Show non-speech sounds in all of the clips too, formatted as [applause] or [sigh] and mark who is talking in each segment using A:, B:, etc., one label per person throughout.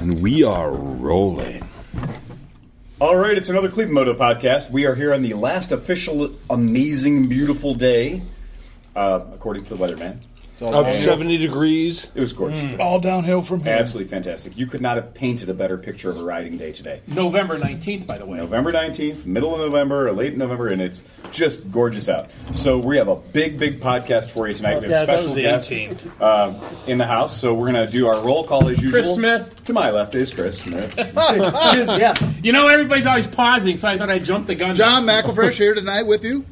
A: And we are rolling.
B: All right, it's another Cleveland Moto podcast. We are here on the last official amazing, beautiful day, uh, according to the weatherman.
C: Up 70 degrees.
B: It was gorgeous. today.
D: all downhill from here.
B: Absolutely fantastic. You could not have painted a better picture of a riding day today.
E: November 19th, by the way.
B: November 19th, middle of November, or late November, and it's just gorgeous out. So we have a big, big podcast for you tonight. We
E: yeah,
B: have
E: that
B: special
E: was the
B: guest
E: 18th.
B: uh, in the house, so we're going to do our roll call as usual.
E: Smith.
B: To my left is Chris
E: [laughs]
B: Smith. It is- yeah.
E: You know, everybody's always pausing, so I thought I jumped the gun.
F: John McElfresh here tonight with you.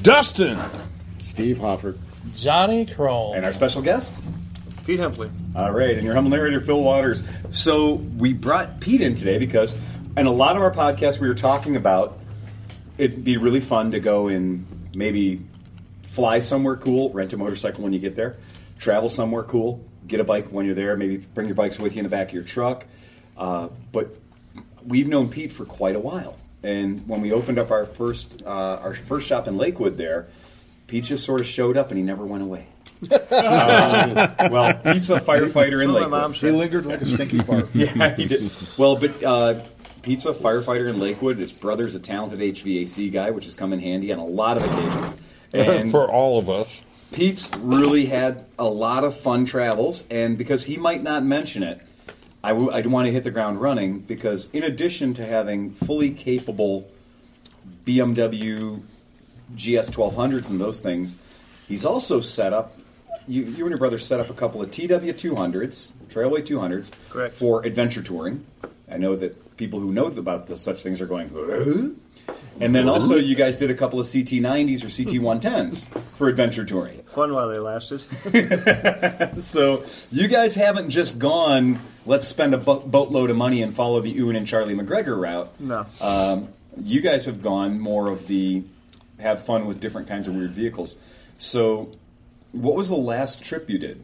C: Dustin.
F: Steve Hoffer.
G: Johnny Crone.
B: And our special guest?
G: Pete Hempley.
B: All right, and your humble narrator, Phil Waters. So we brought Pete in today because, in a lot of our podcasts, we were talking about it'd be really fun to go and maybe fly somewhere cool, rent a motorcycle when you get there, travel somewhere cool, get a bike when you're there, maybe bring your bikes with you in the back of your truck. Uh, but we've known Pete for quite a while, and when we opened up our first uh, our first shop in Lakewood, there, Pete just sort of showed up and he never went away. Uh, well, Pete's a firefighter in
G: My
B: Lakewood.
G: mom
F: He lingered like a
G: [laughs]
F: stinky fart.
B: Yeah, he did. Well, but uh, Pete's a firefighter in Lakewood. His brother's a talented HVAC guy, which has come in handy on a lot of occasions.
H: [laughs]
B: And
C: for all of us.
B: Pete's really had a lot of fun travels, and because he might not mention it, I want to hit the ground running because in addition to having fully capable BMW GS 1200s and those things, he's also set up. You, you and your brother set up a couple of TW 200s, Trailway 200s,
G: Correct.
B: for adventure touring. I know that people who know about the, such things are going. "Huh?" And then also, you guys did a couple of CT 90s or CT 110s for adventure touring.
G: fun while they lasted. [laughs]
B: So you guys haven't just gone, let's spend a bo- boatload of money and follow the Ewan and Charlie McGregor route.
G: No.
B: Um, you guys have gone more of the have fun with different kinds of weird vehicles. So, what was the last trip you did?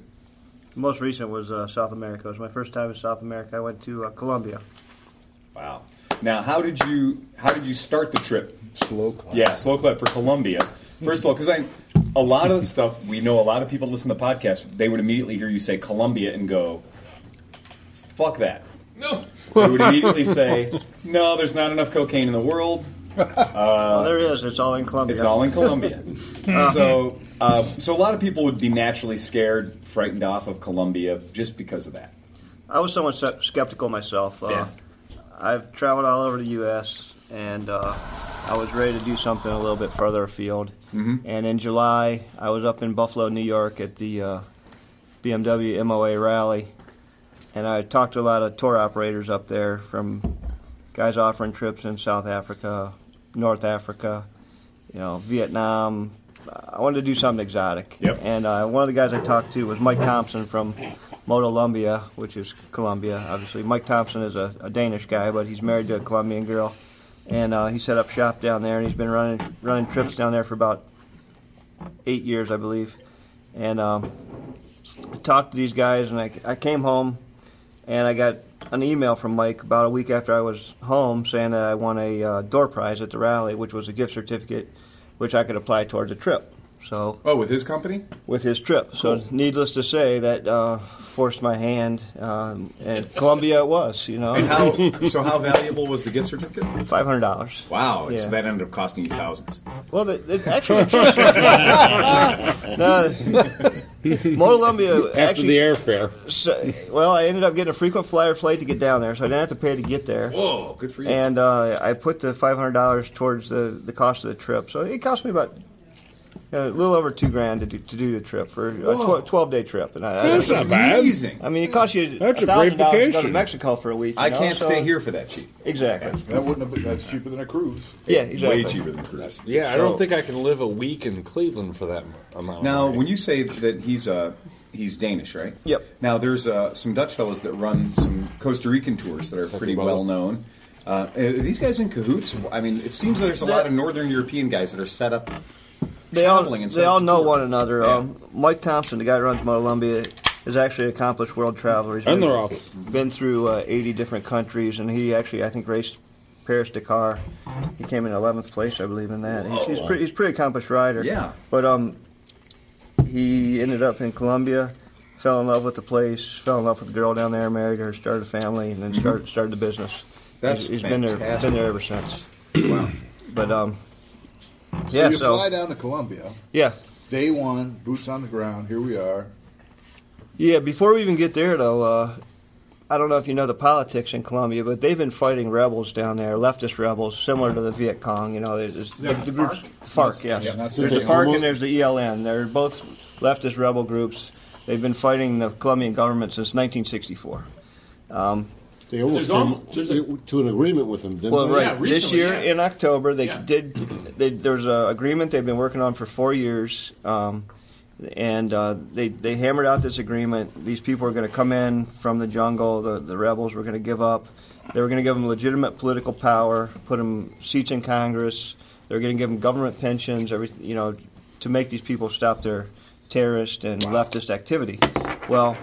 G: The most recent was uh, South America. It was my first time in South America. I went to uh, Colombia.
B: Wow. Now, how did you how did you start the trip?
F: Slow clap.
B: Yeah, slow clap for Columbia. First of all, because I a lot of the stuff we know, a lot of people listen to podcasts. They would immediately hear you say Columbia and go, "Fuck that."
E: No.
B: They would immediately say, "No, there's not enough cocaine in the world.
G: well, there it is. It's all in
B: Oh.
G: Colombia.
B: It's all in [laughs] Colombia." Uh-huh. so, uh, so a lot of people would be naturally scared, frightened off of Colombia just because of that.
G: I was somewhat se- skeptical myself. Uh,
B: Yeah.
G: I've traveled all over the U.S. and uh, I was ready to do something a little bit further afield.
B: Mm-hmm.
G: mm And in July, I was up in Buffalo, New York, at the uh, BMW MOA rally, and I talked to a lot of tour operators up there from guys offering trips in South Africa, North Africa, you know, Vietnam. I wanted to do something exotic.
B: Yep.
G: And uh, one of the guys I talked to was Mike Thompson from Motolumbia, which is Colombia, obviously. Mike Thompson is a, a Danish guy, but he's married to a Colombian girl. And uh, he set up shop down there, and he's been running running trips down there for about eight years, I believe. And um, I talked to these guys, and I, I came home, and I got an email from Mike about a week after I was home saying that I won a uh, door prize at the rally, which was a gift certificate, which I could apply towards a trip. So
B: Oh, with his company?
G: with his trip, so needless to say, that uh, forced my hand, um, and Columbia it was, you
B: And
G: know,
B: how? so, how valuable was the gift certificate?
G: five hundred dollars.
B: Wow,
G: Yeah.
B: so that ended up costing you thousands.
G: Well,
B: [laughs]
G: the, the, actually, [laughs] no, Motolumbia
C: After
G: actually
C: the airfare.
G: So, well, I ended up getting a frequent flyer flight to get down there, so I didn't have to pay to get there.
B: Whoa, good for you.
G: And uh, I put the five hundred dollars towards the, the cost of the trip, so it cost me about uh, a little over two grand to do, to do the trip for
B: Whoa.
G: a twelve day trip. And I,
C: That's
G: I,
C: not bad.
B: amazing.
G: I mean, it costs you
C: That's a great
G: thousand dollars to go to
C: vacation.
G: Mexico for a week. you
B: I
G: know,
B: can't
G: so-
B: stay here for that cheap.
G: Exactly.
F: That wouldn't have been, that's cheaper than a cruise.
G: Yeah, exactly.
B: Way cheaper than cruise.
C: Yeah, I don't
G: So-
C: think I can live a week in Cleveland for that amount.
B: Now,
C: of
B: when you say that he's uh, he's Danish, right?
G: Yep.
B: Now, there's uh, some Dutch fellows that run some Costa Rican tours that are pretty
C: Fucking
B: well known. Uh, are these guys in cahoots? I mean, it seems that there's a lot of Northern European guys that are set up.
G: they all,
B: traveling and
G: they all
B: stuff to
G: know
B: tour.
G: one another.
B: Yeah.
G: Um, Mike Thompson, the guy who runs Motolumbia, is actually an accomplished world traveler. He's
C: And
G: been,
C: they're all-
G: been through uh, 80 different countries, and he actually, I think, raced Paris Dakar. He came in 11th place, I believe, in that. He's,
B: Oh,
G: he's, um, pretty, he's a pretty accomplished rider.
B: Yeah.
G: But um, he ended up in Colombia. fell in love with the place, fell in love with the girl down there, married her, started a family, and then started started the business.
B: Mm-hmm. That's
G: he's, he's been there
B: fantastic.
G: been there ever since. But um,
F: So
G: yeah,
F: you
G: so
F: fly down to Columbia,
G: yeah,
F: day one, boots on the ground. Here we are.
G: yeah. Before we even get there, though, uh, I don't know if you know the politics in Colombia, but they've been fighting rebels down there, leftist rebels, similar to the Viet Cong. You know, there's, there's
E: that the FARC?
G: FARC, yes.
F: Yeah, that's
G: there's
F: the
G: the
F: thing.
G: FARC
F: Almost-
G: and there's the ELN. They're both leftist rebel groups. They've been fighting the Colombian government since 1964.
D: They almost
E: There's al-
D: came
E: there's a-
D: to- to an agreement with them, didn't
G: Well,
D: they?
G: right.
E: Yeah,
G: this
E: recently,
G: year
E: yeah.
G: in October, they
E: Yeah.
G: did. They, there was an agreement they've been working on for four years, um, and uh, they they hammered out this agreement. These people are going to come in from the jungle. The the rebels were going to give up. They were going to give them legitimate political power, put them seats in Congress. They were going to give them government pensions. Everything you know, to make these people stop their terrorist and leftist activity. Well,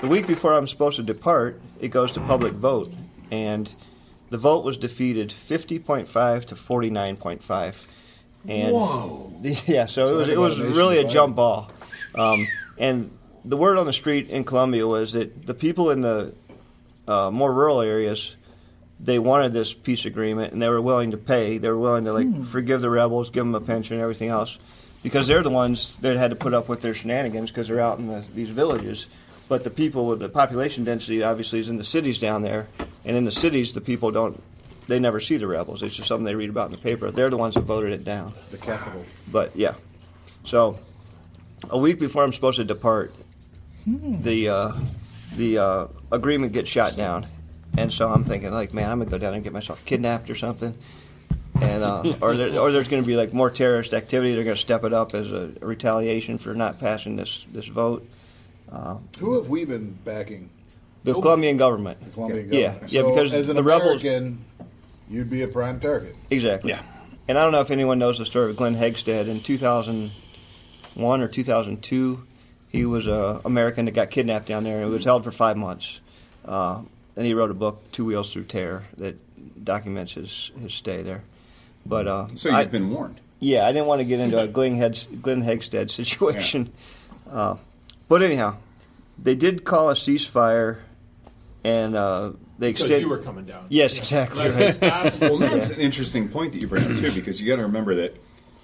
G: the week before I'm supposed to depart, it goes to public vote, and the vote was defeated 50.5 to 49.5. And Whoa! [laughs] Yeah, so, it was it was
F: motivation
G: really a
F: to
G: jump ball. Um, and the word on the street in Colombia was that the people in the uh, more rural areas they wanted this peace agreement and they were willing to pay. They were willing to like forgive the rebels, give them a pension, and everything else, because they're the ones that had to put up with their shenanigans because they're out in the, these villages. But the people with the population density obviously is in the cities down there, and in the cities the people don't. They never see the rebels. It's just something they read about in the paper. They're the ones that voted it down.
F: The capital.
G: But yeah, so a week before I'm supposed to depart, the uh, the uh, agreement gets shot down, and so I'm thinking like, man, I'm gonna go down and get myself kidnapped or something, and uh, or there, or there's gonna be like more terrorist activity. They're gonna step it up as a retaliation for not passing this this vote.
F: Who have we been backing?
G: The Colombian government,
F: The Colombian
G: Yeah,
F: government.
G: yeah,
F: So
G: because
F: as an
G: the rebels-
F: American, you'd be a prime target.
G: exactly. Yeah. And I don't know if anyone knows the story of Glenn Hegstead in 2001 or 2002. He was a American that got kidnapped down there and was held for five months. Uh, and he wrote a book, Two Wheels Through Terror, that documents his, his stay there. But uh,
B: So you've
G: I-
B: been
G: [laughs]
B: warned.
G: yeah, I didn't want to get into a Glenn, Heads, Glenn Hegstead situation. Uh, but anyhow, they did call a ceasefire, and uh, they
E: Because
G: extended.
E: you were coming down.
G: Yes, exactly.
E: Like,
G: right.
E: stop.
B: Well, that's an interesting point that you bring up
G: [clears throat]
B: too, because you got to remember that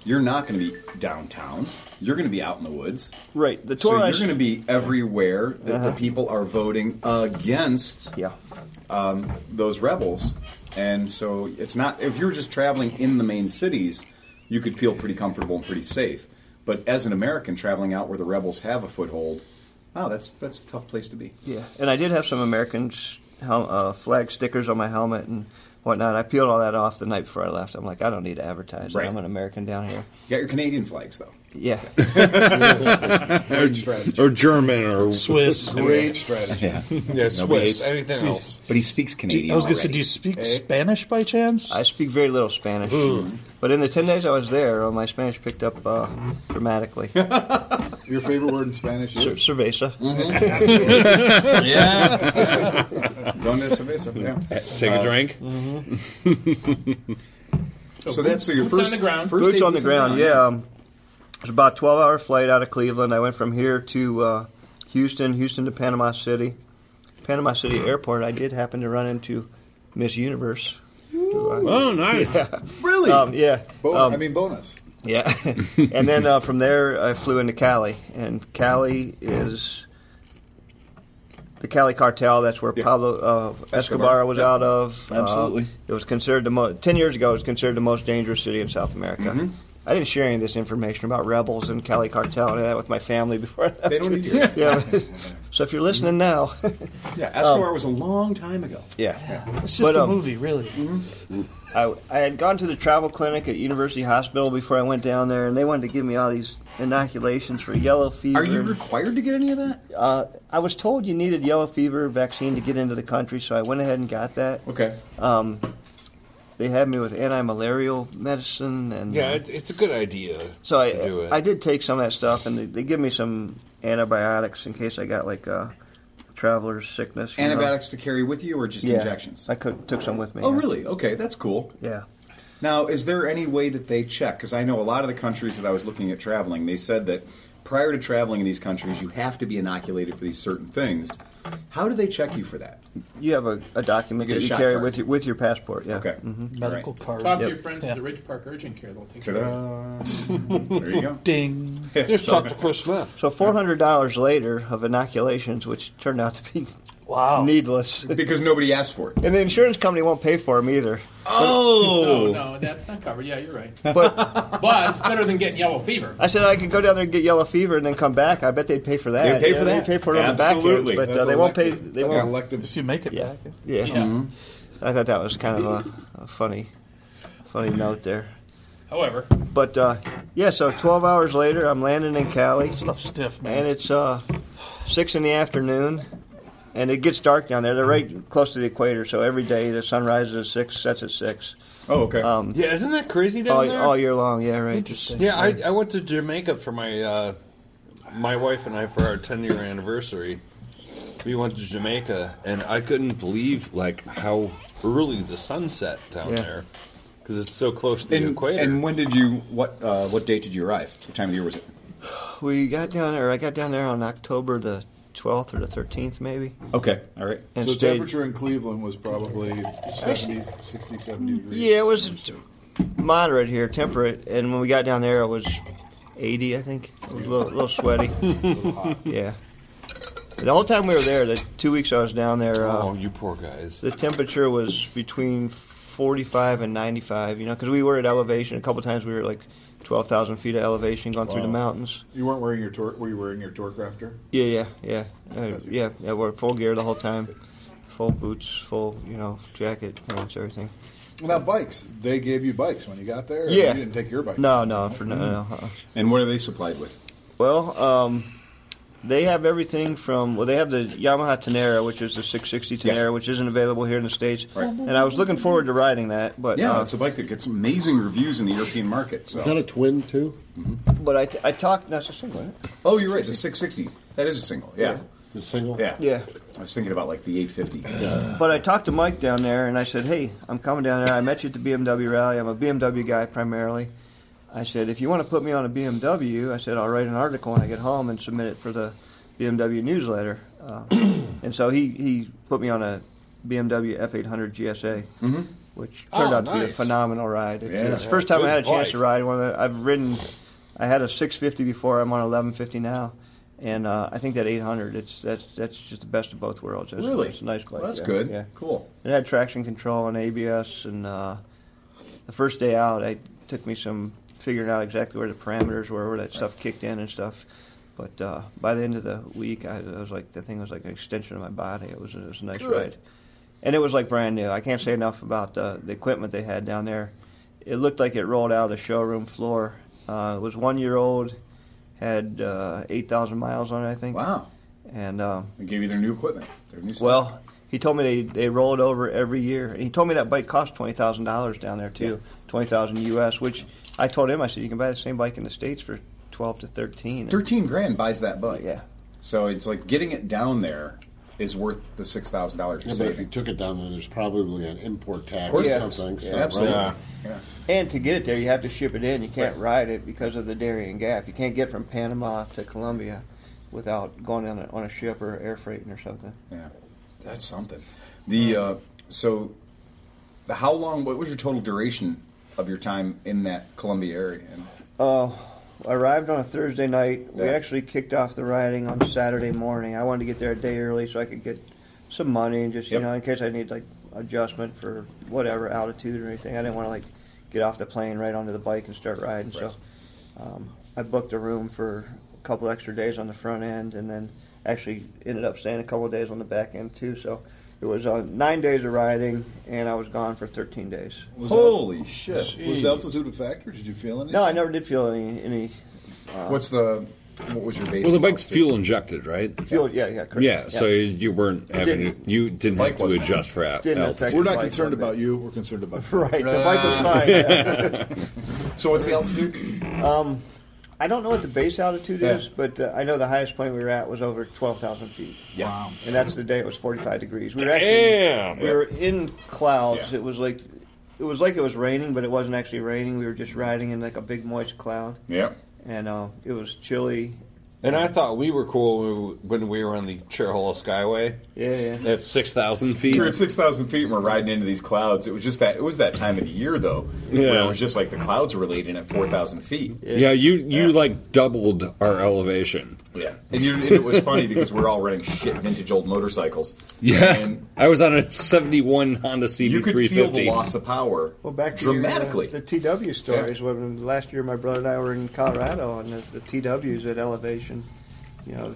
B: you're not going to be downtown. You're going to be out in the woods.
G: Right, the
B: So
G: tour I Uh-huh.
B: you're going to be everywhere that the people are voting against
G: Yeah.
B: those rebels, and so it's not. If you're just traveling in the main cities, you could feel pretty comfortable and pretty safe. But as an American traveling out where the rebels have a foothold, wow, that's that's a tough place to be.
G: Yeah, and I did have some American sh- hel- uh, flag stickers on my helmet and whatnot. I peeled all that off the night before I left. I'm like, I don't need to advertise. that
B: Right.
G: I'm an American down here.
B: You got your Canadian flags though.
G: Yeah,
F: Great strategy.
D: Or German or
I: Swiss.
F: Great strategy.
C: Yeah, Swiss. Anything else?
A: But he speaks Canadian.
I: I was going to say,
A: already.
I: do you speak Spanish by chance?
G: I speak very little Spanish. But in the 10 days I was there, uh, my Spanish picked up uh, dramatically.
F: Your favorite word in Spanish
G: Cer-
F: is?
G: Cerveza.
A: yeah.
E: [laughs]
B: [laughs] Don't miss yeah. Uh,
I: Take a drink.
B: [laughs] So that's so your
E: boots
B: first
E: on the ground.
B: First
G: Boots
B: day
G: on the ground, yeah. Um, it was about 12 hour flight out of Cleveland. I went from here to uh, Houston, Houston to Panama City. Panama City Airport, I did happen to run into Miss Universe.
D: Oh, nice.
B: Really?
G: Um, yeah.
F: Bo-
G: um,
F: I mean, bonus.
B: [laughs]
G: Yeah, and then uh, from there I flew into Cali, and Cali is the Cali cartel. That's where Pablo uh, Escobar,
B: Escobar,
G: was
B: yeah.
G: out of. Uh,
A: Absolutely.
G: it was considered the most ten years ago. It was considered the most dangerous city in South America.
B: Mm-hmm.
G: I didn't share any of this information about rebels and Cali cartel and that with my family before. I left.
B: They don't need to. hear it.
G: [laughs] yeah. so if you're listening now, [laughs]
B: Yeah, Escobar was a long time ago.
G: yeah.
I: It's just
G: But,
I: a
G: um,
I: movie, really.
G: I, I had gone to the travel clinic at University Hospital before I went down there, and they wanted to give me all these inoculations for yellow fever.
B: Are you required to get any of that?
G: Uh, I was told you needed yellow fever vaccine to get into the country, so I went ahead and got that. Um,
B: Okay.
G: They had me with anti-malarial medicine, and
C: Yeah, it, it's a good idea
G: so I
C: to do it.
G: I did take some of that stuff, and they, they give me some antibiotics in case I got like uh, traveler's sickness. you know.
B: Antibiotics to carry with you or just
G: Yeah.
B: injections?
G: I cook, took some with me.
B: Oh,
G: yeah.
B: really? Okay, that's cool.
G: Yeah.
B: Now, is there any way that they check? Because I know a lot of the countries that I was looking at traveling, they said that prior to traveling in these countries, you have to be inoculated for these certain things. How do they check you for that?
G: You have a, a document
B: You get
G: that
B: a
G: you
B: shot
G: carry
B: card.
G: with your with your passport. Yeah.
B: Okay.
I: Medical card.
E: Talk to
G: Yep.
E: your friends at the Ridge Park Urgent Care. They'll take care of
B: Ta-da. there you [laughs] go.
G: [laughs]
I: Ding.
C: Just talk to Chris Smith.
G: So four hundred dollars later of inoculations, which turned out to be
B: Oh.
I: Wow.
G: needless, and
B: Because nobody asked for it.
G: the insurance company won't pay for them either.
E: it.
B: Oh,
E: No, no, that's not covered. Yeah, you're right.
G: But
E: But it's better than getting yellow fever.
G: I said I could go down there and get yellow fever and then come back. I bet they'd pay for
B: They'd
G: that.
B: pay
G: Yeah,
B: for that.
G: They'd pay for it on the back end,
B: Absolutely.
G: but uh,
F: That's
G: they won't pay.
F: elective.
G: They
F: That's
G: won't.
F: elective.
I: If you make it
G: Yeah.
I: back.
G: Yeah.
E: Yeah.
G: I thought that was kind of a, a funny, funny note there.
E: However,
G: But uh, yeah, so 12 hours later, I'm landing in Cali,
I: Stuff stiff, man.
G: and it's uh, six in the afternoon, and it gets dark down there. They're right close to the equator, so every day the sun rises at six, sets at six, Um,
B: oh, okay.
G: Uh,
C: Yeah, isn't that crazy down
G: all,
C: there?
G: all year long. Oh, Yeah, right.
I: Interesting.
C: yeah, I, I went to Jamaica for my uh, my wife and I for our ten year anniversary. We went to Jamaica, and I couldn't believe like how early the sun set down
G: Yeah.
C: there because it's so close to the
B: and,
C: equator.
B: and when did you? What uh, what date did you arrive? What time of the year was it?
G: We got down there. I got down there on October the 12th or the 13th, maybe,
B: Okay. All right.
G: and
F: So the
G: stayed.
F: temperature in Cleveland was probably 70, 60, 70 degrees.
G: Yeah, it was moderate here, temperate, and when we got down there, it was 80, I think. It was a little,
C: [laughs]
G: little sweaty. yeah. The whole time we were there, the two weeks I was down there, uh,
C: oh, you poor guys.
G: the temperature was between 45 and 95, you know, because we were at elevation. A couple times we were like 12,000 feet of elevation going through the mountains.
F: You weren't wearing your tour. Were you wearing your tour crafter?
G: Yeah, yeah, yeah. Uh, yeah, yeah, we're full gear the whole time. Full boots, full, you know, jacket, pants, everything.
F: Now bikes. They gave you bikes when you got there. or
G: Yeah.
F: You didn't take your bike.
G: No, no, for no, no. uh-uh.
B: And what are they supplied with?
G: Well, um, they have everything from well, they have the Yamaha Tenera, which is the 660 Tenera,
B: Yeah.
G: which isn't available here in the states.
B: Right.
G: And I was looking forward to riding that, but
B: Yeah,
G: uh,
B: it's a bike that gets amazing reviews in the European market. So.
D: Is that a twin too?
G: but I, I talked that's a single. isn't it?
B: oh, you're right. The 660. That is a single. Yeah.
D: The single.
B: Yeah.
G: Yeah.
B: I was thinking about like the 850.
G: But I talked to Mike down there, and I said, "Hey, I'm coming down there. I met you at the BMW rally. I'm a BMW guy primarily." I said, "If you want to put me on a BMW, I said I'll write an article when I get home and submit it for the BMW newsletter." Uh, and so he he put me on a BMW F800 GSA, which turned
C: Oh,
G: out to be a
C: nice.
G: phenomenal ride. It's,
B: Yeah.
G: it's the first time I
C: Good
G: had a chance to
C: bike.
G: ride one. Of the, I've ridden, I had a 650 before. I'm on 1150 now. And uh, I think that 800, it's that's that's just the best of both worlds. It's,
B: Really?
G: it's a nice bike.
B: Well, that's
G: yeah,
B: good.
G: Yeah.
B: Cool.
G: It had traction control and ABS, and uh, the first day out, it took me some figuring out exactly where the parameters were, where that stuff kicked in and stuff. But uh, by the end of the week, I, I was like, the thing was like an extension of my body. It was, it was a nice
B: Good.
G: ride, and it was like brand new. I can't say enough about the, the equipment they had down there. It looked like it rolled out of the showroom floor. Uh, it was one year old, had uh, eight thousand miles on it, I think.
B: Wow.
G: And um,
B: They gave you their new equipment, their new stuff.
G: well, he told me they, they roll it over every year. And he told me that bike cost twenty thousand dollars down there too, twenty thousand US. Which I told him, I said you can buy the same bike in the states for twelve to thirteen. And-
B: 13 grand buys that bike.
G: Yeah.
B: So it's like getting it down there is worth the $6,000 you're
D: Yeah, but if you
B: saving.
D: took it down there, there's probably an import tax
B: course
D: or
B: there is.
D: something.
B: Yeah,
D: so,
B: absolutely.
D: right?
B: Yeah.
G: And to get it there, you have to ship it in. You can't ride it because of the Darien Gap. You can't get from Panama to Colombia without going on a, on a ship or air freighting or something.
B: Yeah, that's something. The uh, so, the, how long? What was your total duration of your time in that Columbia area? And,
G: Uh, arrived on a Thursday night. We
B: Yeah.
G: actually kicked off the riding on Saturday morning. I wanted to get there a day early so I could get some money and just you
B: Yep.
G: know in case I need like adjustment for whatever altitude or anything. I didn't want to like get off the plane right onto the bike and start riding. So um, I booked a room for a couple extra days on the front end, and then actually ended up staying a couple of days on the back end too. So. It was uh, nine days of riding, and I was gone for 13 days.
F: Was
B: holy
F: al-
B: shit!
F: was altitude a factor? Did you feel anything?
G: No, I never did feel any, any Uh,
B: What's the what was your base?
J: Well, the bike's
B: altitude?
J: fuel injected, right?
G: fuel. Yeah, yeah, correct.
J: Yeah, so you weren't having
G: didn't-
J: to, you didn't
B: Bike
J: have to
B: wasn't-
J: adjust for that.
G: didn't affect
F: We're
G: the
F: not
G: bike
F: concerned
G: one bit.
F: about you. We're concerned about
G: [laughs] Right, the bike was fine.
B: So what's the altitude?
G: Um, I don't know what the base altitude
B: Yeah.
G: is, but uh, I know the highest point we were at was over 12,000 feet.
B: Wow.
G: And that's the day it was 45 degrees. We were actually,
J: Damn.
G: We were in clouds.
B: Yeah.
G: It was like it was like it was raining, but it wasn't actually raining. We were just riding in like a big moist cloud.
B: Yeah.
G: And uh, it was chilly
C: And I thought we were cool when we- when we were on the Cherhola Skyway
G: Yeah, yeah.
J: At 6,000 feet.
B: We were at six thousand feet and we're riding into these clouds. It was just that it was that time of the year though. Where
J: Yeah.
B: it was just like the clouds were laid in at four thousand feet.
J: Yeah, you,
B: Yeah.
J: you like doubled our elevation.
B: Yeah, and, you, and it was funny because we're all running shit vintage old motorcycles.
J: Yeah.
B: and
J: I was on a 71 Honda CB350.
B: you could feel the loss of power
G: Well, back to your, uh,
B: dramatically.
G: the TW stories. When last year my brother and I were in Colorado, and the, the TWs at elevation, you know,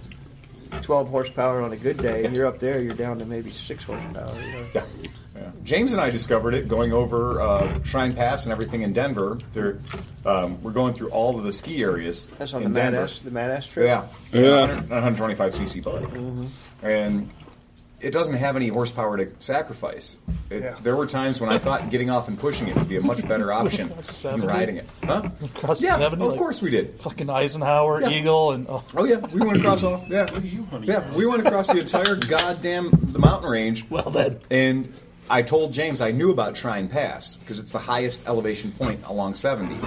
G: 12 horsepower on a good day, and you're up there, you're down to maybe six horsepower. You know.
B: yeah. yeah. James and I discovered it going over uh, Shrine Pass and everything in Denver. There, um, we're going through all of the ski areas.
G: That's on
B: in
G: the Mad
B: Denver.
G: S, the Mad S trip.
B: Yeah,
J: Yeah.
B: 100 125 cc bike, and it doesn't have any horsepower to sacrifice. It,
G: Yeah.
B: There were times when I thought getting off and pushing it would be a much better option than
I: 70?
B: riding it. Huh?
I: Across
B: yeah,
I: 70,
B: of
I: like-
B: course we did.
I: Fucking Eisenhower,
B: Yeah.
I: Eagle, and oh,
B: Oh yeah, we went across all. Yeah,
E: you, honey?
B: yeah, we went across the entire goddamn the mountain range.
I: well then.
B: And I told James I knew about Shrine Pass because it's the highest elevation point along 70.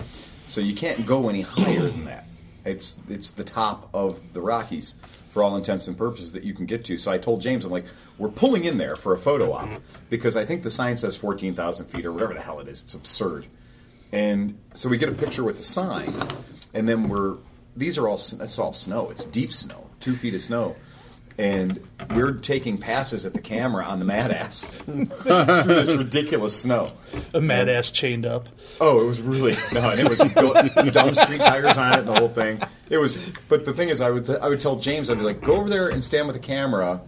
B: So you can't go any higher than that. It's it's the top of the Rockies for all intents and purposes that you can get to. So I told James I'm like we're pulling in there for a photo op because I think the sign says 14,000 feet or whatever the hell it is. It's absurd. And so we get a picture with the sign, and then we're these are all s- it's all snow. It's deep snow, two feet of snow, and we're taking passes at the camera on the mad ass [laughs] through this ridiculous snow.
I: A mad ass chained up.
B: Oh, it was really [laughs] no, and it was du- dumb street tires on it, the whole thing. It was, but the thing is, I would I would tell James, I'd be like, go over there and stand with the camera,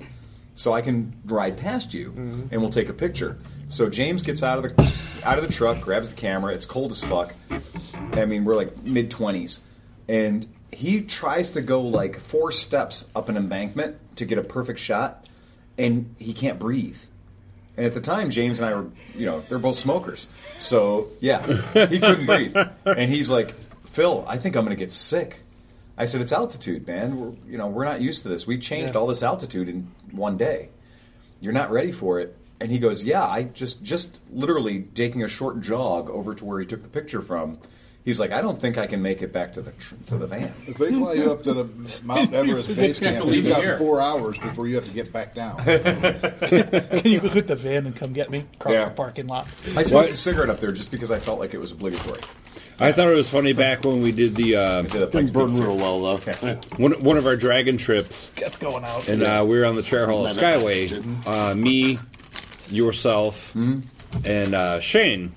B: so I can ride past you, and we'll take a picture. So James gets out of the out of the truck, grabs the camera. It's cold as fuck. I mean, we're like mid twenties, and he tries to go like four steps up an embankment to get a perfect shot, and he can't breathe. And at the time, James and I were, you know, they're both smokers. So, yeah, he
J: [laughs]
B: couldn't breathe. And he's like, Phil, I think I'm going to get sick. I said, it's altitude, man. We're, you know, we're not used to this. We changed all this altitude in one day. You're not ready for it. And he goes, yeah, I just, just literally taking a short jog over to where he took the picture from. He's like, I don't think I can make it back to the, tr- to the van.
F: If they fly you up to the Mount Everest base
E: You have to
F: camp,
E: leave
F: you've
E: it
F: got
E: here.
F: four hours before you have to get back down.
I: [laughs] Can you look at the van and come get me? Across
B: Yeah.
I: the parking lot.
B: I smoked
J: What?
B: a cigarette up there just because I felt like it was obligatory.
J: I thought it was funny back when we did the uh,
B: Did it
J: [clears throat]
D: Didn't
B: like-
D: burn real well though.
J: one, one of our dragon trips,
I: Kept going out.
J: and uh, we were on the Charhall Skyway. Uh, me, yourself, and uh, Shane,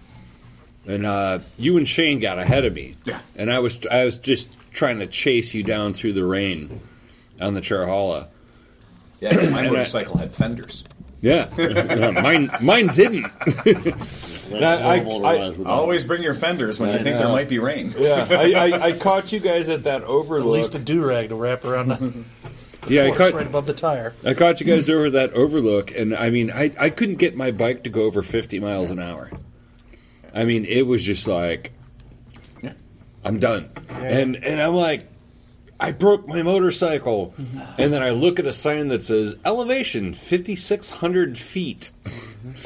J: and uh, you and Shane got ahead of me.
B: Yeah.
J: and I was I was just trying to chase you down through the rain on the Charhalla.
B: Yeah, my
J: I-
B: motorcycle had fenders.
J: Yeah, Yeah, mine mine didn't.
D: That's
J: I-
D: horrible to
J: I-
D: rise with that.
B: Always bring your fenders when
D: I
B: you think there
D: know.
B: might be rain.
C: Yeah, I, I, I caught you guys at that
I: At least
C: overlook.
I: the do rag to wrap
G: [laughs]
I: around the
J: yeah, I
I: forks
J: cut.
I: right above the tire.
J: I caught you guys over that overlook, and I mean, I, I couldn't get my bike to go over 50 miles an hour. I mean, it was just like, I'm done. And, and I'm like, I broke my motorcycle. And then I look at a sign that says elevation 5,600 feet.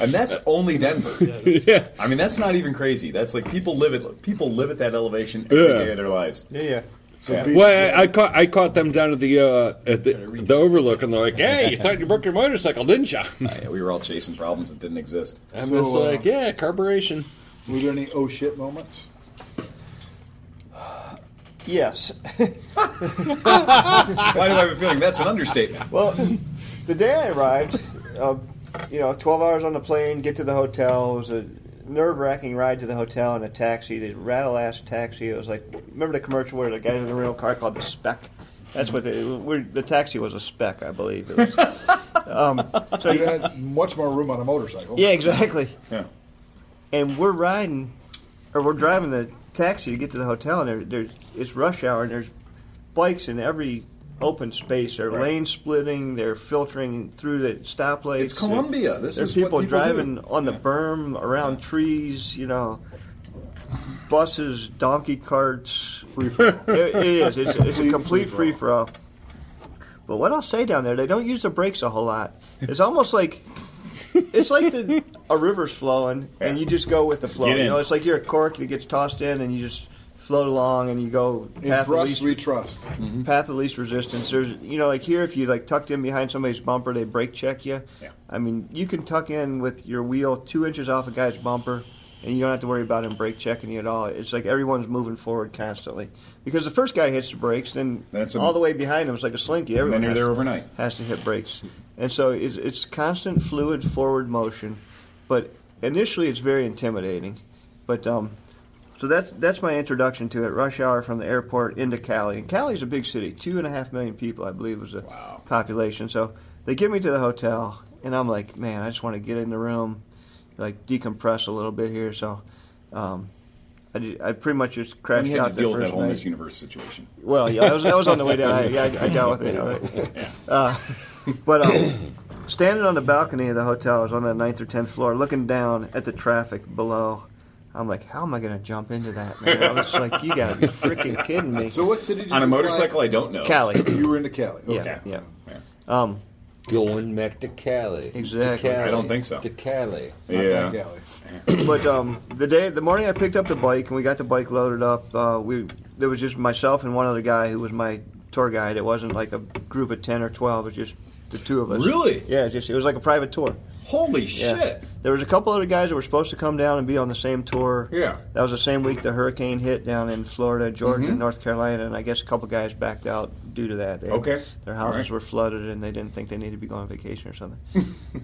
B: And that's only Denver.
J: yeah.
B: I mean, that's not even crazy. That's like people live at people live at that elevation every day
J: Yeah.
B: of their lives.
G: Yeah, yeah.
B: Yeah.
J: Well, I, I caught I caught them down at the uh, at the, the overlook, and they're like, "Hey, you thought you broke your motorcycle, didn't you?"
B: Yeah, we were all chasing problems that didn't exist.
J: I'm
F: So,
J: just
F: uh,
J: like, "Yeah, carburation."
F: Were there any oh shit moments?
G: Yes.
B: Why do I have a feeling that's an understatement?
G: Well, the day I arrived, uh, you know, 12 hours on the plane, get to the hotel. It was a nerve wracking ride to the hotel in a taxi, the rattle ass taxi. It was like, remember the commercial where the guy in the rental car called the spec? That's what the, we're, the taxi was a spec, I believe. It was.
F: So you had much more room on a motorcycle.
G: yeah, exactly.
B: Yeah.
G: And we're riding, or we're driving the taxi to get to the hotel, and there, there's it's rush hour, and there's bikes in every open space. They're lane splitting, they're filtering through the stoplights.
B: It's Columbia. This
G: There's
B: is what
G: people,
B: people
G: driving
B: do.
G: on the
B: Yeah.
G: berm around trees, you know, buses, donkey carts. Free for all. it is. It's, it's a complete free for all. But what I'll say down there, they don't use the brakes a whole lot. It's almost like it's like the, a river's flowing, and you just go with the flow.
B: Get in.
G: You know, it's like you're a cork that gets tossed in, and you just float along and you go
F: In
G: path of,
F: thrust,
G: least,
F: we trust.
B: Mm-hmm.
G: path of least resistance. There's, you know, like here, if you like tucked in behind somebody's bumper, they brake check you.
F: Yeah.
G: I mean, you can tuck in with your wheel two inches off a guy's bumper, and you don't have to worry about him brake checking you at all. It's like everyone's moving forward constantly because the first guy hits the brakes, then
B: Then it's a-
G: all the way behind him is like a slinky.
B: And then
G: Everyone
B: you're
G: has-
B: there overnight.
G: has to hit brakes. And so it's, it's constant fluid forward motion, but initially it's very intimidating. But um, so that's that's my introduction to it. Rush hour from the airport into Cali, and Cali's a big city, two and a half million people, I believe, was the population. So they get me to the hotel, and I'm like, man, I just want to get in the room, like decompress a little bit here. So. Um, I, did, I pretty much just crashed
B: And you had
G: out
B: to
G: the
B: deal with
G: first
B: that whole
G: night.
B: Miss Universe situation.
G: Well, yeah, I was, I was on the way down. I, yeah, I, I dealt with it. all right. Uh, but um, standing on the balcony of the hotel, I was on the ninth or tenth floor, looking down at the traffic below. I'm like, how am I going to jump into that, man? I was like, you got to be freaking kidding me.
F: So what city did
B: On
F: you
B: a
F: fly?
B: motorcycle, I don't know.
G: Cali.
F: You were into Cali. Okay.
G: Yeah, yeah.
B: Yeah.
G: Um,
C: Going back to Cali.
G: Exactly.
C: To Cali,
B: I don't think so.
C: To Cali.
F: Not
B: Yeah.
F: that Cali.
G: but um, the day, the morning I picked up the bike and we got the bike loaded up. Uh, we there was just myself and one other guy who was my tour guide. It wasn't like a group of ten or twelve. It was just the two of us.
B: Really?
G: Yeah. It was just it was like a private tour.
B: Holy
G: Yeah.
B: shit!
G: There was a couple other guys that were supposed to come down and be on the same tour.
B: Yeah. Mm-hmm.
G: That was the same week the hurricane hit down in Florida, Georgia, and North Carolina, and I guess a couple guys backed out due to that. They,
B: Okay.
G: Their houses
B: All right.
G: were flooded and they didn't think they needed to be going on vacation
B: [laughs]
G: or something.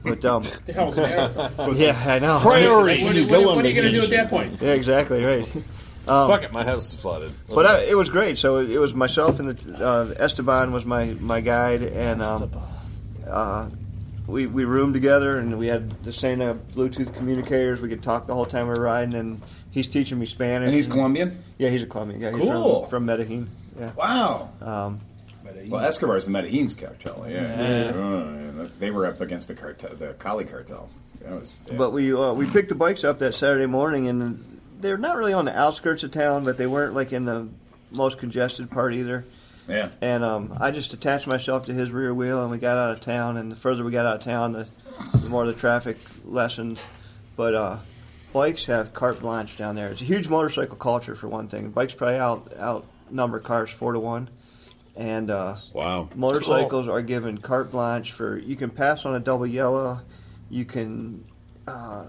G: but um,
E: The hell's a
G: [laughs]
E: marathon?
G: yeah, I know.
D: Priorities.
E: What, what, what, what are you going to do at that point?
G: [laughs] Yeah, exactly right. Um,
C: Fuck it, my house is flooded.
G: But I, it was great. So it, it was myself and the uh, Esteban was my my guide, and um, uh, we we roomed together, and we had the same uh, Bluetooth communicators. We could talk the whole time we were riding, and he's teaching me Spanish.
B: And he's Colombian.
G: Yeah, he's a Colombian guy. He's
B: Cool.
G: from, from Medellin. Um, Yeah.
B: Wow.
F: Medellin.
B: Well, Escobar's the Medellin's cartel. Yeah. Uh, they were up against the cartel, the Cali cartel. That was. yeah.
G: But we uh, we picked the bikes up that Saturday morning, and they're not really on the outskirts of town, but they weren't like in the most congested part either.
B: yeah.
G: and um, I just attached myself to his rear wheel, and we got out of town. And the further we got out of town, the, the more the traffic lessened. But uh, bikes have carte blanche down there. It's a huge motorcycle culture for one thing. Bikes probably out outnumber cars four to one, and uh,
J: Wow.
G: motorcycles are given carte blanche for you can pass on a double yellow, you can uh,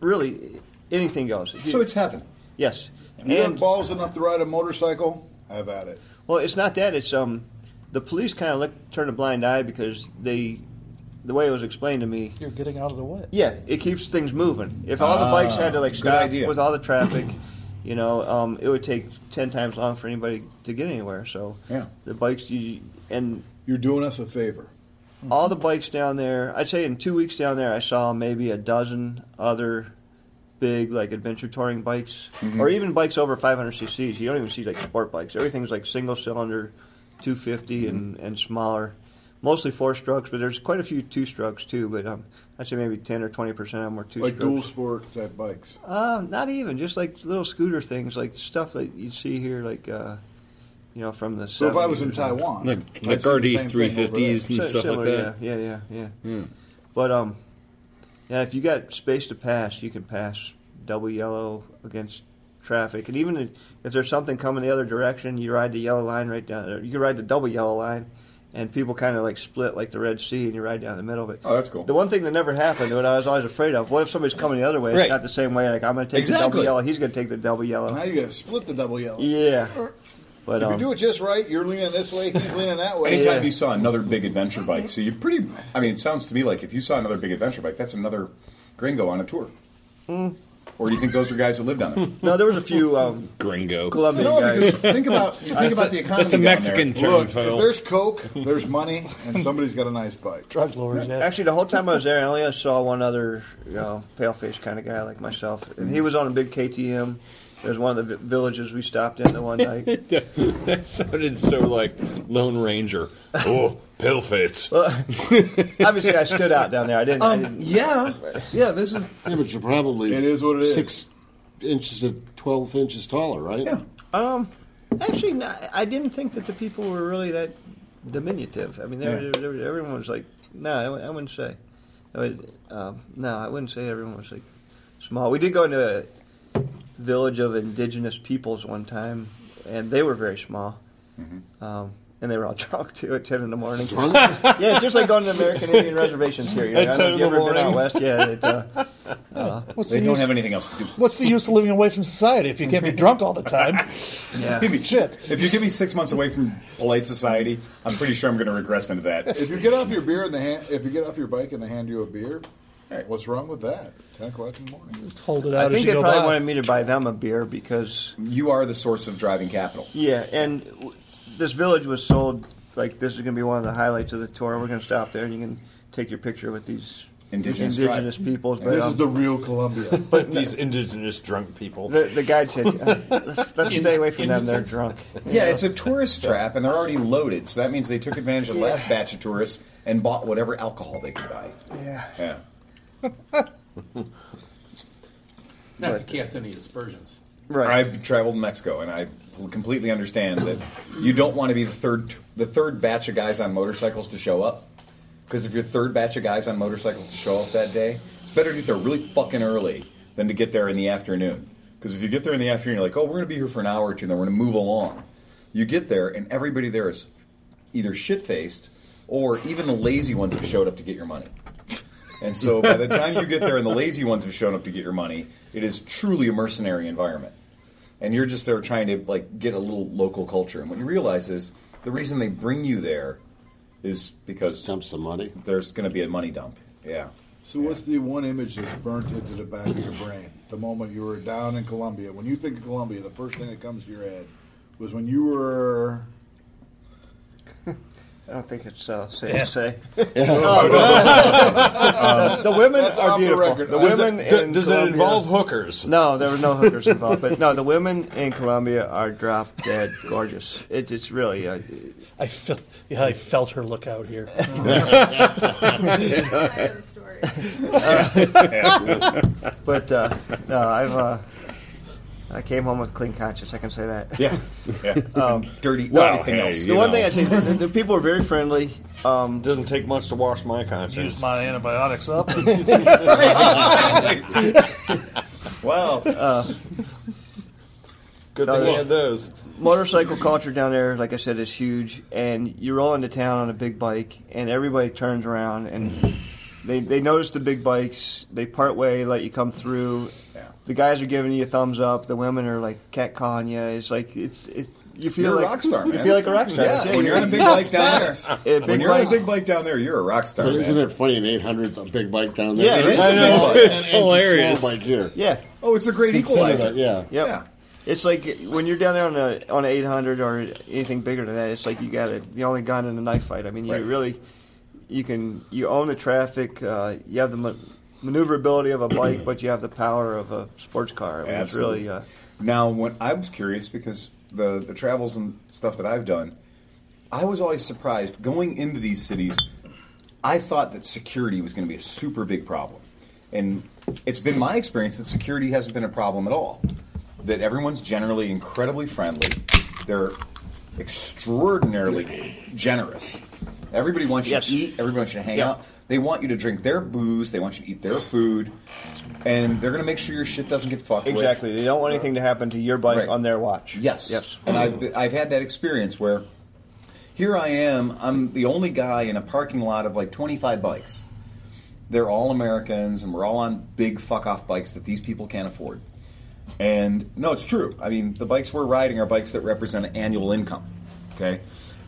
G: really anything goes. If you-
B: So it's heaven.
G: yes,
F: You got
G: And-
F: balls enough to ride a motorcycle? Have at it.
G: well, it's not that. It's um, the police kind of look turn a blind eye because they, the way it was explained to me,
I: You're getting out of the way.
G: yeah, it keeps things moving. If all the bikes had to
B: Ah,
G: like
B: good
G: stop
B: idea.
G: with all the traffic, [laughs] you know, um, it would take ten times long for anybody to get anywhere. So
B: Yeah.
G: the bikes you and
F: You're doing us a favor.
G: all the bikes down there. I'd say in two weeks down there, I saw maybe a dozen other big like adventure touring bikes,
F: Mm-hmm.
G: or even bikes over 500 cc's. You don't even see like sport bikes. Everything's like single cylinder, 250
F: Mm-hmm.
G: and and smaller. Mostly four strokes, but there's quite a few two strokes too. But um, I'd say maybe 10 or 20 percent of them were two
F: Like dual
G: strokes.
F: sport type bikes.
G: Uh, not even just like little scooter things, like stuff that you see here, like uh, you know from the.
F: So if I was
G: 70s
F: in
G: or something.
F: Taiwan,
J: Like,
F: I'd
J: like
F: see the
J: RD
F: same thing over there.
J: 350s and
G: Si-
J: stuff like
G: similar,
J: that.
G: Yeah, yeah, yeah, yeah. But um, yeah, if you got space to pass, you can pass double yellow against traffic, and even if- if there's something coming the other direction, you ride the yellow line right down. Or you can ride the double yellow line, and people kind of like split like the Red Sea, and you ride down the middle. But
B: Oh, that's cool.
G: The one thing that never happened, what I was always afraid of, what if somebody's coming the other way?
J: Right.
G: It's not the same way. Like I'm going to take the double
B: Exactly.
G: yellow, he's going to take the double yellow.
F: Now you gotta split the double yellow.
G: Yeah, but
F: If you
G: um,
F: do it just right, you're leaning this way, he's leaning that way.
B: Anytime
G: Yeah.
B: you saw another big adventure bike, so you pretty. I mean, it sounds to me like if you saw another big adventure bike, that's another gringo on a tour.
J: Hmm.
B: Or do you think those are guys that live down there?
G: no, there was a few um,
J: Gringo.
G: Colombian
B: No,
G: guys.
B: because think about you think about the economy.
J: That's a
B: down
J: Mexican
B: there.
J: term,
F: Look, if
J: Phil.
F: there's coke, there's money, and somebody's got a nice bike.
I: Drug lords. Yeah.
G: Actually, the whole time I was there, I only saw one other, you know, pale faced kind of guy like myself, and he was on a big KTM. It was one of the vi- villages we stopped in the one night.
J: that sounded so like Lone Ranger. Oh, pale face.
G: Obviously, I stood out down there. I didn't. I didn't
B: Yeah, yeah. This is
D: Yeah, but you're probably
F: It is what it is.
D: Six inches to twelve inches taller, right?
B: yeah.
G: actually, no, I didn't think that the people were really that diminutive. I mean, they were-
B: Yeah.
G: they were- everyone was like, no, I wou- I wouldn't say. I would, um, no, I wouldn't say everyone was like small. We did go into village of indigenous peoples one time, and they were very small. Um, and they were all [laughs] drunk too at ten in the morning. [laughs] yeah, it's just like going to the American Indian reservations here. You know?
H: At
G: I don't
H: 10
G: know
H: in
G: if you
H: the
G: ever been out
H: morning.
G: west. Yeah, it, uh,
I: What's
H: They
I: the
H: don't
I: use?
H: have anything else to do.
I: What's the use of living away from society if
G: [laughs]
I: you can't be drunk all the time?
G: yeah.
I: Shit.
H: If
B: If you give me six months away from polite society, I'm pretty sure I'm going to regress into that.
F: If you get off your beer and the hand, if you get off your bike and they hand you a beer, what's wrong with that? Ten o'clock in the morning.
I: Just hold it out
G: I think
I: as
G: they
I: you go
G: probably
I: by.
G: wanted me to buy them a beer because
B: You are the source of driving capital.
G: Yeah, and w- this village was sold like this is going to be one of the highlights of the tour. We're going to stop there, and you can take your picture with these
B: Indigenous
G: indigenous peoples. But
F: This
G: um,
F: is the real
G: [laughs]
F: Columbia.
H: but these indigenous drunk people.
G: the, the guide said, uh, "Let's, let's stay away from them. They're drunk."
B: Yeah, it's a tourist trap, and they're already loaded. So that means they took advantage of the last batch of tourists and bought whatever alcohol they could buy.
G: Yeah,
B: Yeah.
E: Not to cast any aspersions.
G: right.
B: I've traveled to Mexico, and I completely understand that you don't want to be the third the third batch of guys on motorcycles to show up. Because if your third batch of guys on motorcycles to show up that day, it's better to get there really fucking early than to get there in the afternoon. Because if you get there in the afternoon, you're like, oh, we're going to be here for an hour or two, and then we're going to move along. You get there, and everybody there is either shit faced or even the lazy ones have showed up to get your money. And so by the time you get there and the lazy ones have shown up to get your money, it is truly a mercenary environment. And you're just there trying to like get a little local culture. And what you realize is the reason they bring you there is because
D: Dump some money.
B: there's going to be a money dump. Yeah.
F: So what's the one image that's burnt into the back of your brain the moment you were down in Colombia? When you think of Colombia, the first thing that comes to your head was when you were.
G: I don't think it's uh, safe to say. Oh, no. Uh, the women
F: off
G: are
F: the
G: beautiful.
F: record.
G: The
F: Does
G: women in
J: Does it
G: Colombia-
J: involve hookers?
G: No, there were no hookers involved. But no, the women in Colombia are drop dead gorgeous. It, it's really uh,
I: I felt, yeah, I felt her look out
K: [laughs]
I: here.
L: side of the story.
G: But uh, no, I've uh, I came home with clean conscience. I can say that.
B: Yeah.
G: [laughs]
B: Yeah.
G: Um,
B: Dirty.
J: Well,
B: anything
J: hey,
B: else.
J: you
G: The one
J: know.
G: thing I say, the, the people were very friendly. Um,
J: Doesn't take much to wash my conscience.
I: Use my antibiotics up.
G: [laughs]
B: Well,
J: Good
G: No,
J: thing we
G: yeah.
J: had those.
G: motorcycle culture down there, like I said, is huge. And you roll into town on a big bike, and everybody turns around and they they notice the big bikes. They part way, let you come through.
B: Yeah.
G: The guys are giving you a thumbs up. The women are like catcalling you. It's like it's it's. You feel
B: You're a
G: like
B: rock star,
G: You
B: man.
G: feel like a rock star.
B: yeah.
G: That's it.
B: When you're on a big bike down there,
G: Yeah,
B: when
G: big
B: you're on a
G: bike.
B: big bike down there, you're a rock star.
D: But isn't
B: man.
D: it funny? An 800's a big bike down there.
G: Yeah, it
D: It's
G: is.
D: a
G: I
B: know.
D: small-
B: It's
D: and a small
J: hilarious.
D: bike here.
G: Yeah.
B: Oh, it's a great
D: Consider
B: equalizer.
D: that, yeah.
G: Yep.
B: Yeah.
G: It's like when you're down there on a on an 800 or anything bigger than that. It's like you got a, the only gun in a knife fight. I mean, you
B: Right.
G: really you can you own the traffic. Uh, you have the ma- maneuverability of a bike, but you have the power of a sports car. I mean, it's
B: Absolutely.
G: really uh,
B: Now, when I was curious because the the travels and stuff that I've done, I was always surprised going into these cities. I thought that security was going to be a super big problem, and it's been my experience that security hasn't been a problem at all. That everyone's generally incredibly friendly. They're extraordinarily generous. Everybody wants you
G: Yes.
B: to eat. Everybody wants you to hang
G: Yeah.
B: out. They want you to drink their booze. They want you to eat their food, and they're going to make sure your shit doesn't get fucked with.
G: exactly. They don't want anything to happen to your bike
B: Right.
G: on their watch.
B: Yes.
G: Yes.
B: And I've, I've had that experience where here I am, I'm the only guy in a parking lot of like 25 bikes. They're all Americans and we're all on big fuck off bikes that these people can't afford. And no, it's true. I mean, the bikes we're riding are bikes that represent annual income. Okay?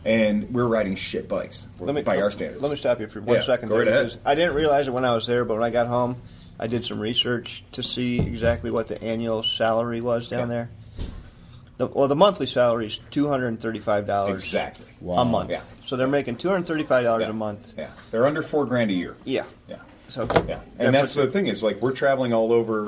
B: And we're riding shit bikes by our standards.
G: Let me stop you for one
B: Yeah,
G: second.
B: go
G: there,
B: right ahead.
G: because I didn't realize it when I was there, but when I got home, I did some research to see exactly what the annual salary was down
B: Yeah.
G: there. The, well, the monthly salary is two hundred and thirty-five dollars
B: Exactly.
G: a month.
B: Yeah.
G: So they're making two hundred thirty-five dollars
B: Yeah.
G: a month.
B: Yeah. They're under four grand a year.
G: Yeah.
B: Yeah.
G: So
B: Yeah,
G: that
B: and that's
G: puts
B: the
G: it-
B: thing is like we're traveling all over,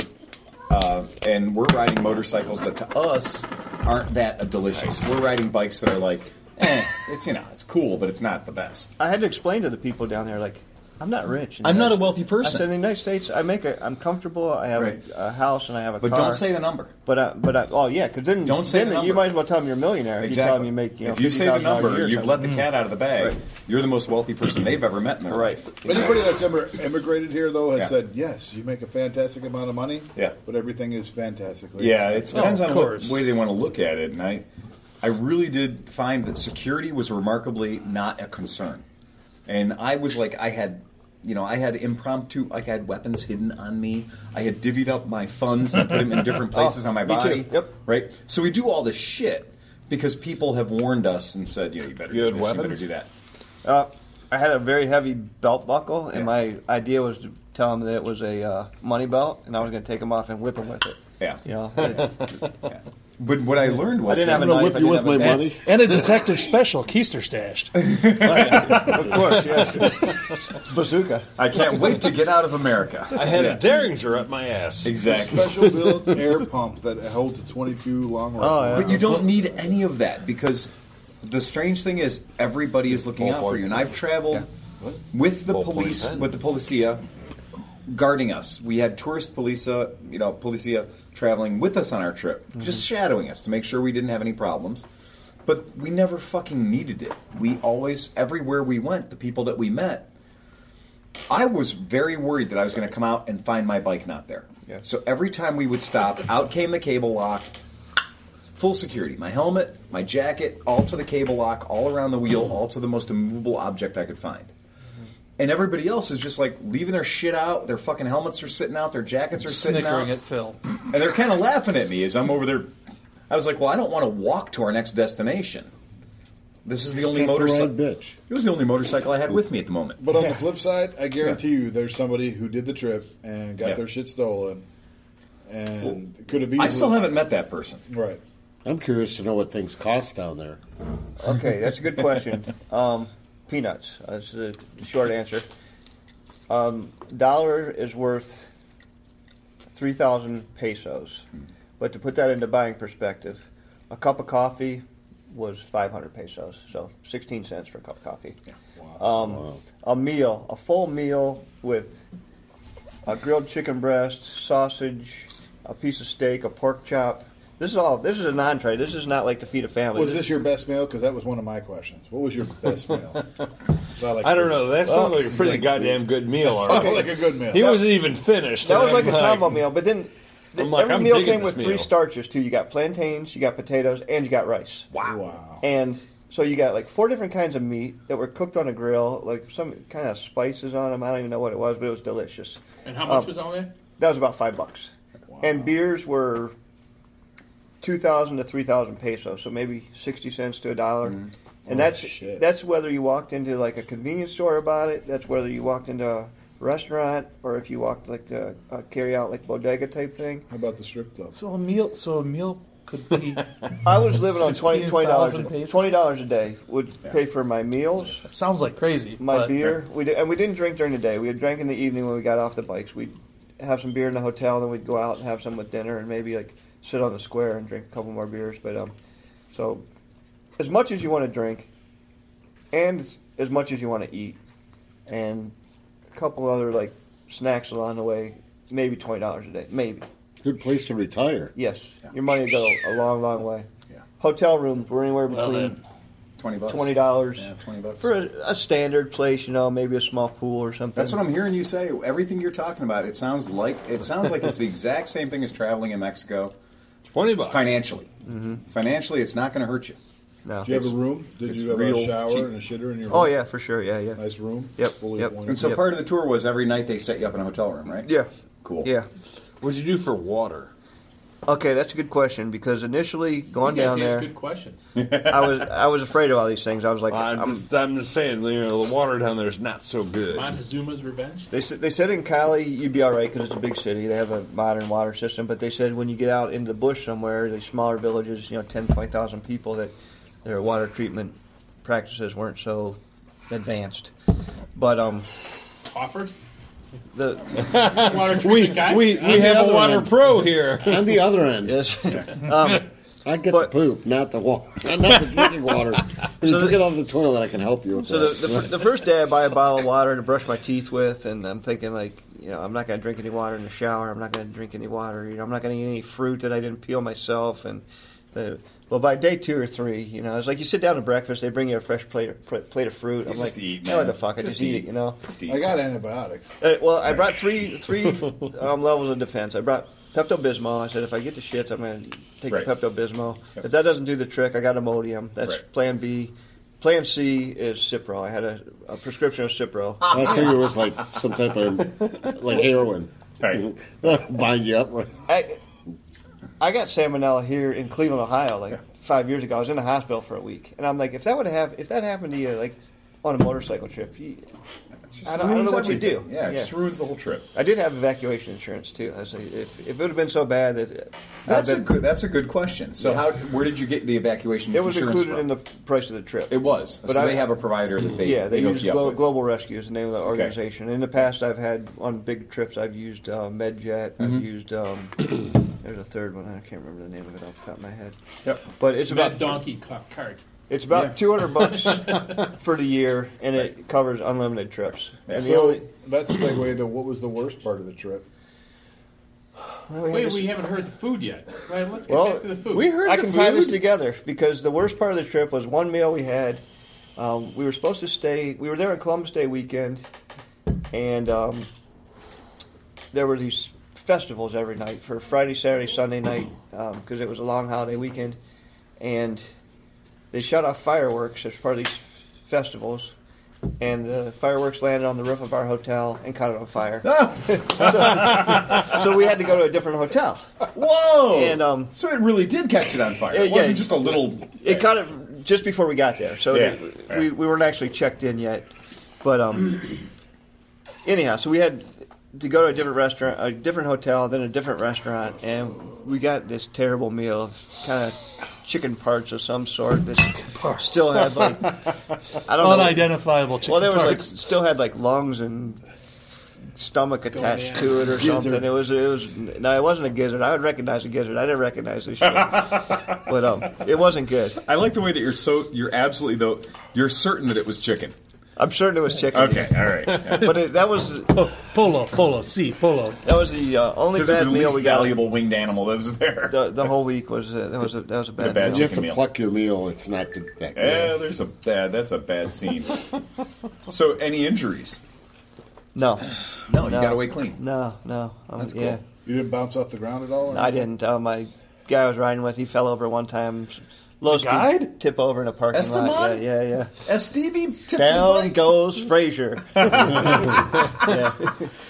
B: uh, and we're riding motorcycles that to us aren't that delicious. We're riding bikes that are like, eh, it's you know, it's cool, but it's not the best.
G: I had to explain to the people down there, like, I'm not rich. in the
L: I'm not
G: United
L: a wealthy
G: States.
L: person.
G: I said in the United States, I make a, I'm comfortable. I have
L: Right.
G: a house and I have a
L: But
G: car.
L: don't say the number.
G: But I, but I, oh yeah, because then
L: Don't say
G: then
L: the
G: you
L: number.
G: might as well tell them you're a millionaire. If you tell them you make you know
B: if you say the
G: $50,000 a year
B: number,
G: or
B: you've let the
G: something. Mm.
B: cat out of the bag. You're the most wealthy person they've ever met in their life.
F: Anybody that's ever immigrated here, though, has
B: Yeah.
F: said, yes, you make a fantastic amount of money,
B: Yeah.
F: but everything is fantastically
B: Yeah, it
F: expensive.
G: Oh,
B: depends on what way they want to look at it. And I, I really did find that security was remarkably not a concern. And I was like, I had, you know, I had impromptu, like I had weapons hidden on me. I had divvied up my funds and put them in different places
G: [laughs] Oh,
B: on my
G: me too.
B: body.
G: Yep.
B: Right. So we do all this shit because people have warned us and said, yeah, you better do
G: had
B: this, you better
G: weapons?
B: do that.
G: Uh, I had a very heavy belt buckle, and my idea was to tell them that it was a uh, money belt, and I was going to take them off and whip them with it.
B: Yeah. [laughs]
G: You know, it-
B: But what I learned was
G: I didn't have a
B: I'm gonna
G: knife.
B: whip
G: I
B: you
G: didn't
B: with
G: have
B: my
G: a-
B: money.
I: And a detective special, Keister stashed.
G: of course, yeah.
B: [laughs]
G: Bazooka.
B: I can't wait to get out of America.
H: I had
B: Yeah.
H: a Derringer up my ass.
B: Exactly.
F: Special built air pump that holds a 22 long rifle.
B: But you don't need any of that because the strange thing is everybody is looking out for you. And I've traveled with the police, with the policia guarding us. We had tourist policia, you know, policia traveling with us on our trip, just shadowing us to make sure we didn't have any problems. But we never fucking needed it. We always, everywhere we went, the people that we met, I was very worried that I was going to come out and find my bike not there. So every time we would stop, out came the cable lock, full security. My helmet, my jacket, all to the cable lock, all around the wheel, all to the most immovable object I could find. And everybody else is just like leaving their shit out. Their fucking helmets are sitting out. Their jackets are sitting out.
E: Snickering at Phil.
B: And they're kind of laughing at me as I'm over there. I was like, well, I don't want to walk to our next destination. This is the only
F: Step the
B: motorcycle.
F: right bitch.
B: It was the only motorcycle I had with me at the moment.
F: But on the flip side, I guarantee you there's somebody who did the trip and got
B: Yeah.
F: their shit stolen and could have
B: I
F: easily.
B: still haven't met that person.
F: Right.
D: I'm curious to know what things cost down there.
G: Okay, that's a good question. Um, peanuts. That's the the short answer. Um, dollar is worth three thousand pesos, but to put that into buying perspective, a cup of coffee was five hundred pesos, so sixteen cents for a cup of coffee. Um, A meal, a full meal with a grilled chicken breast, sausage, a piece of steak, a pork chop. This is all. This is an entree. This is not like to feed a family.
F: Was this your best meal? Because that was one of my questions. What
G: [laughs]
F: was your best meal? So like
H: I don't
F: [laughs]
H: know. That
F: Well,
H: sounds like a pretty goddamn good meal.
F: That
H: all
F: sounded like a good meal.
H: He
F: That-
H: wasn't even finished.
G: That was
H: and
G: like a
H: I'm
G: combo meal, but then th-
H: I'm like,
G: every
H: I'm
G: meal
H: digging
G: came
H: this
G: with three
H: meal.
G: starches too. You got plantains, you got potatoes, and you got rice.
B: Wow.
G: And so you got like four different kinds of meat that were cooked on a grill, like some kind of spices on them. I don't even know what it was, but it was delicious.
E: And how much
G: Um,
E: was all that?
G: That was about five bucks. And beers were two thousand to three thousand pesos, so maybe sixty cents to a dollar. And that's
F: shit.
G: that's whether you walked into like a convenience store about it. That's whether you walked into a restaurant or if you walked like to a carry out like bodega type thing.
F: How about the strip club?
K: So a meal, so a meal could be.
G: I was living on 20 dollars
K: 15,000 pesos.
G: twenty dollars a day would pay for my meals. That
K: sounds like crazy.
G: My
K: but-
G: beer, we did, and we didn't drink during the day. We drank in the evening when we got off the bikes. We'd have some beer in the hotel, then we'd go out and have some with dinner, and maybe like sit on the square and drink a couple more beers. But um, so as much as you want to drink, and as much as you want to eat, and a couple other like snacks along the way, maybe twenty dollars a day, maybe.
D: Good place to retire.
G: Yes, your money would go a long, long way.
B: Yeah.
G: Hotel rooms were anywhere
B: Well,
G: between
B: Twenty bucks.
G: twenty dollars
B: Yeah, twenty bucks.
G: for a, a standard place. You know, maybe a small pool or something.
B: That's what I'm hearing you say. Everything you're talking about, it sounds like it sounds like it's the exact same thing as traveling in Mexico.
H: Twenty bucks
B: financially.
G: Mm-hmm.
B: Financially, it's not going to hurt you.
G: No.
F: Did you have a room? Did you have a shower and a shitter in your room?
G: Oh yeah, for sure. Yeah, yeah.
F: Nice room.
G: Yep.
F: Fully
G: yep.
B: And so part of the tour was every night they set you up in a hotel room, right?
G: Yeah.
B: Cool.
G: Yeah.
H: What'd you do for water?
G: Okay, that's a good question because initially going
E: You guys
G: down
E: ask
G: there,
E: good questions.
G: I was I was afraid of all these things. I was like,
H: I'm,
G: I'm-
H: just, I'm just saying, you know, the water down there is not so good.
E: Montezuma's Revenge?
G: They said, they said in Cali you'd be all right because it's a big city. They have a modern water system, but they said when you get out into the bush somewhere, the smaller villages, you know, 10, 20,000 people, that their water treatment practices weren't so advanced. But um,
E: Offered?
G: the
E: Water treatment guy?
H: we, we
E: On the
H: have a
E: other
H: water
E: end.
H: pro here.
D: On the other end.
G: Yes. [laughs] um,
D: I get the poop, not the water,
G: [laughs]
D: not the drinking water. When
G: So
D: you took
G: the-
D: it out of the toilet, I can help you with
G: So
D: that.
G: the, the, the first day I buy a bottle of water to brush my teeth with, and I'm thinking like, you know, I'm not going to drink any water in the shower. I'm not going to drink any water. You know, I'm not going to eat any fruit that I didn't peel myself. And the, well, by day two or three, you know, it's like you sit down to breakfast. They bring you a fresh plate of, pr- plate of fruit. I'm
B: just
G: like,
B: eat,
G: no,
B: man.
G: the fuck, I
B: Just
G: just, eat
B: eat.
G: it. You know,
B: Just eat.
F: I got antibiotics.
G: Uh, well, I brought
B: [laughs]
G: three three um, levels of defense. I brought Pepto Bismol. I said if I get the shits, I'm going to take
B: Right.
G: the Pepto Bismol. If that doesn't do the trick, I got Imodium. That's
B: Right.
G: Plan B. Plan C is Cipro. I had a, a prescription of Cipro.
D: I figure it was like some type of like heroin.
B: Right.
D: [laughs] Bind you up.
G: I I got salmonella here in Cleveland, Ohio, like five years ago. I was in the hospital for a week, and I'm like, if that would have if that happened to you, like on a motorcycle trip, you, I don't, I don't know what you do.
B: Yeah, it just ruins the whole trip.
G: I did have evacuation insurance too. I was like, if, if it would have been so bad that I'd
B: That's a
G: been,
B: good. That's a good question. So,
G: Yeah.
B: how? Where did you get the evacuation?
G: it was
B: insurance
G: included
B: from?
G: in the price of the trip.
B: It was.
G: But
B: so
G: I-
B: they have a provider that they
G: yeah, they,
B: hook
G: use
B: you up
G: Glo-
B: with.
G: Global Rescue is the name of the organization. In the past, I've had on big trips, I've used uh, MedJet. I've used um, there's a third one. I can't remember the name of it off the top of my head.
B: Yep.
G: But it's
E: Mad
G: about
E: donkey co- cart.
G: It's about 200 bucks for the year, and it covers unlimited trips. And the
F: So
G: only-
F: that's a segue into what was the worst part of the trip.
G: well,
E: Wait,
G: this-
E: we haven't heard the food yet. Right, let's get
G: well,
E: back to the food.
G: I can tie this together because the worst part of the trip was one meal we had. Um, we were supposed to stay. We were there on Columbus Day weekend, and um, there were these festivals every night for Friday, Saturday, Sunday night because it was a long holiday weekend, and they shut off fireworks as part of these festivals. And the fireworks landed on the roof of our hotel and caught it on fire. so, so we had to go to a different hotel.
B: Whoa!
G: And, um,
B: so it really did catch it on fire.
G: Yeah,
B: It wasn't
G: yeah.
B: just a little.
G: It caught it just before we got there, so
B: Yeah.
G: they- we, we weren't actually checked in yet. But um, [clears throat] anyhow, so we had to go to a different restaurant, a different hotel, then a different restaurant, and we got this terrible meal of kind of chicken parts of some sort. This still had like I don't know.
I: Unidentifiable chicken
G: Well, there was like
I: parts.
G: still had like lungs and stomach
E: Going
G: attached to it or something. It was it was no, it wasn't a gizzard. I would recognize a gizzard. I didn't recognize
B: [laughs]
G: this shit, but um, it wasn't good.
B: I like the way that you're so. You're absolutely though. You're certain that it was chicken.
G: I'm certain it was chicken.
B: Okay. All [laughs] right.
G: but it, that was
I: Oh, polo, polo, see, polo.
G: that was the uh, only
B: Because it
G: bad
B: was the
G: meal
B: least
G: we got.
B: valuable winged animal that was there.
I: [laughs]
G: The, the whole week was uh, that was a, that was a bad,
B: bad
G: meal.
D: You have to
B: meal.
D: pluck your meal. It's not the, that
B: yeah,
D: good.
B: there's a bad. That's a bad
I: [laughs]
B: scene. so, any injuries?
G: No,
B: No, you
G: No.
B: got away clean.
G: no, no. Um,
B: That's cool.
G: Yeah,
F: You didn't bounce off the ground at all? or
G: No, I
F: anything?
G: didn't. Uh, my guy I was riding with, he fell over one time. Low speed
B: guide?
G: tip over in a parking
B: Esteban?
G: lot. Yeah, yeah, yeah.
B: SDB tipped his
G: Down
B: bike.
G: goes Frazier. yeah.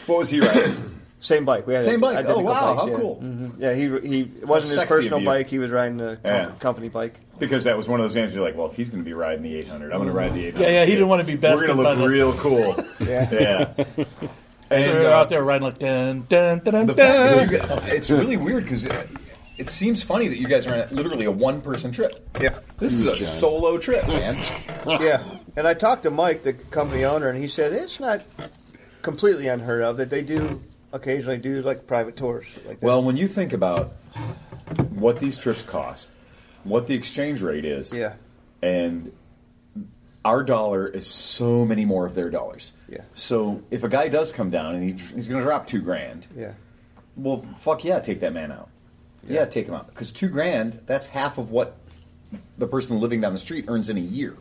B: What was he riding?
G: Same bike. We had
B: Same
G: ident-
B: bike. Oh,
G: identical
B: wow,
G: bikes,
B: how
G: yeah.
B: cool.
G: Mhm. Yeah, he he it wasn't his
B: sexy of
G: personal
B: you.
G: bike. He was riding a com-
B: Yeah.
G: company bike.
B: because that was one of those games. You're like, well, if he's going to be riding the 800, I'm going to ride the 800.
I: Yeah, yeah, he didn't want to be
B: We're
I: bested
B: going to
I: by
B: look
I: the-
B: real cool.
I: [laughs]
G: Yeah.
B: yeah. And,
I: So we were
B: uh,
I: out there riding like dun dun dun [laughs]
B: The
I: dun.
B: fact that
I: dun.
B: you gu- it's really weird because it, it seems funny that you guys are on literally a one person trip.
G: Yeah.
B: This is a solo trip, man.
G: [laughs] yeah. And I talked to Mike, the company owner, and he said it's not completely unheard of that they do occasionally do like private tours like
B: [laughs]
G: that.
B: well, when you think about what these trips cost, what the exchange rate is,
G: Yeah.
B: and our dollar is so many more of their dollars.
G: Yeah.
B: So if a guy does come down and he, dr- he's going to drop two grand,
G: yeah.
B: well, fuck yeah, take that man out. Yeah, take him out because two grand that's half of what the person living down the street earns in a year.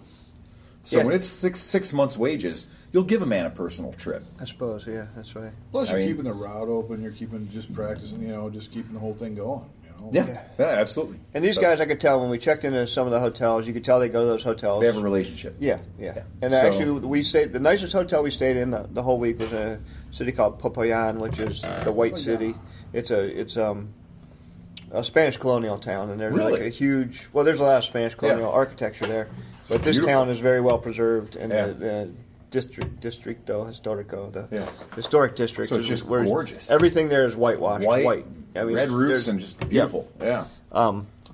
B: So
G: Yeah.
B: when it's six six months' wages, you'll give a man a personal trip.
G: I suppose, yeah, that's right.
F: Plus,
B: I
F: you're
B: mean-
F: keeping the route open. You're keeping just practicing. You know, just keeping the whole thing going. You know?
B: Yeah, yeah, absolutely.
G: And these
B: So
G: guys I could tell when we checked into some of the hotels, you could tell they go to those hotels.
B: they have a relationship.
G: yeah, yeah,
B: Yeah.
G: And
B: So-
G: actually we stayed the nicest hotel we stayed in the, the whole week was in a city called Popayan, which is the
B: Oh,
G: White City. It's a it's um a Spanish colonial town and there's like
B: Really?
G: a huge well there's a lot of Spanish colonial
B: Yeah.
G: architecture there. But this
B: Beautiful.
G: town is very well preserved and
B: Yeah.
G: the, the district districto historico, the
B: Yeah.
G: historic district
B: So it's
G: is
B: just
G: where
B: gorgeous.
G: Everything there is whitewashed,
B: White,
G: white. I mean
B: red roofs
G: there's-
B: and just
G: yeah.
B: beautiful. Yeah,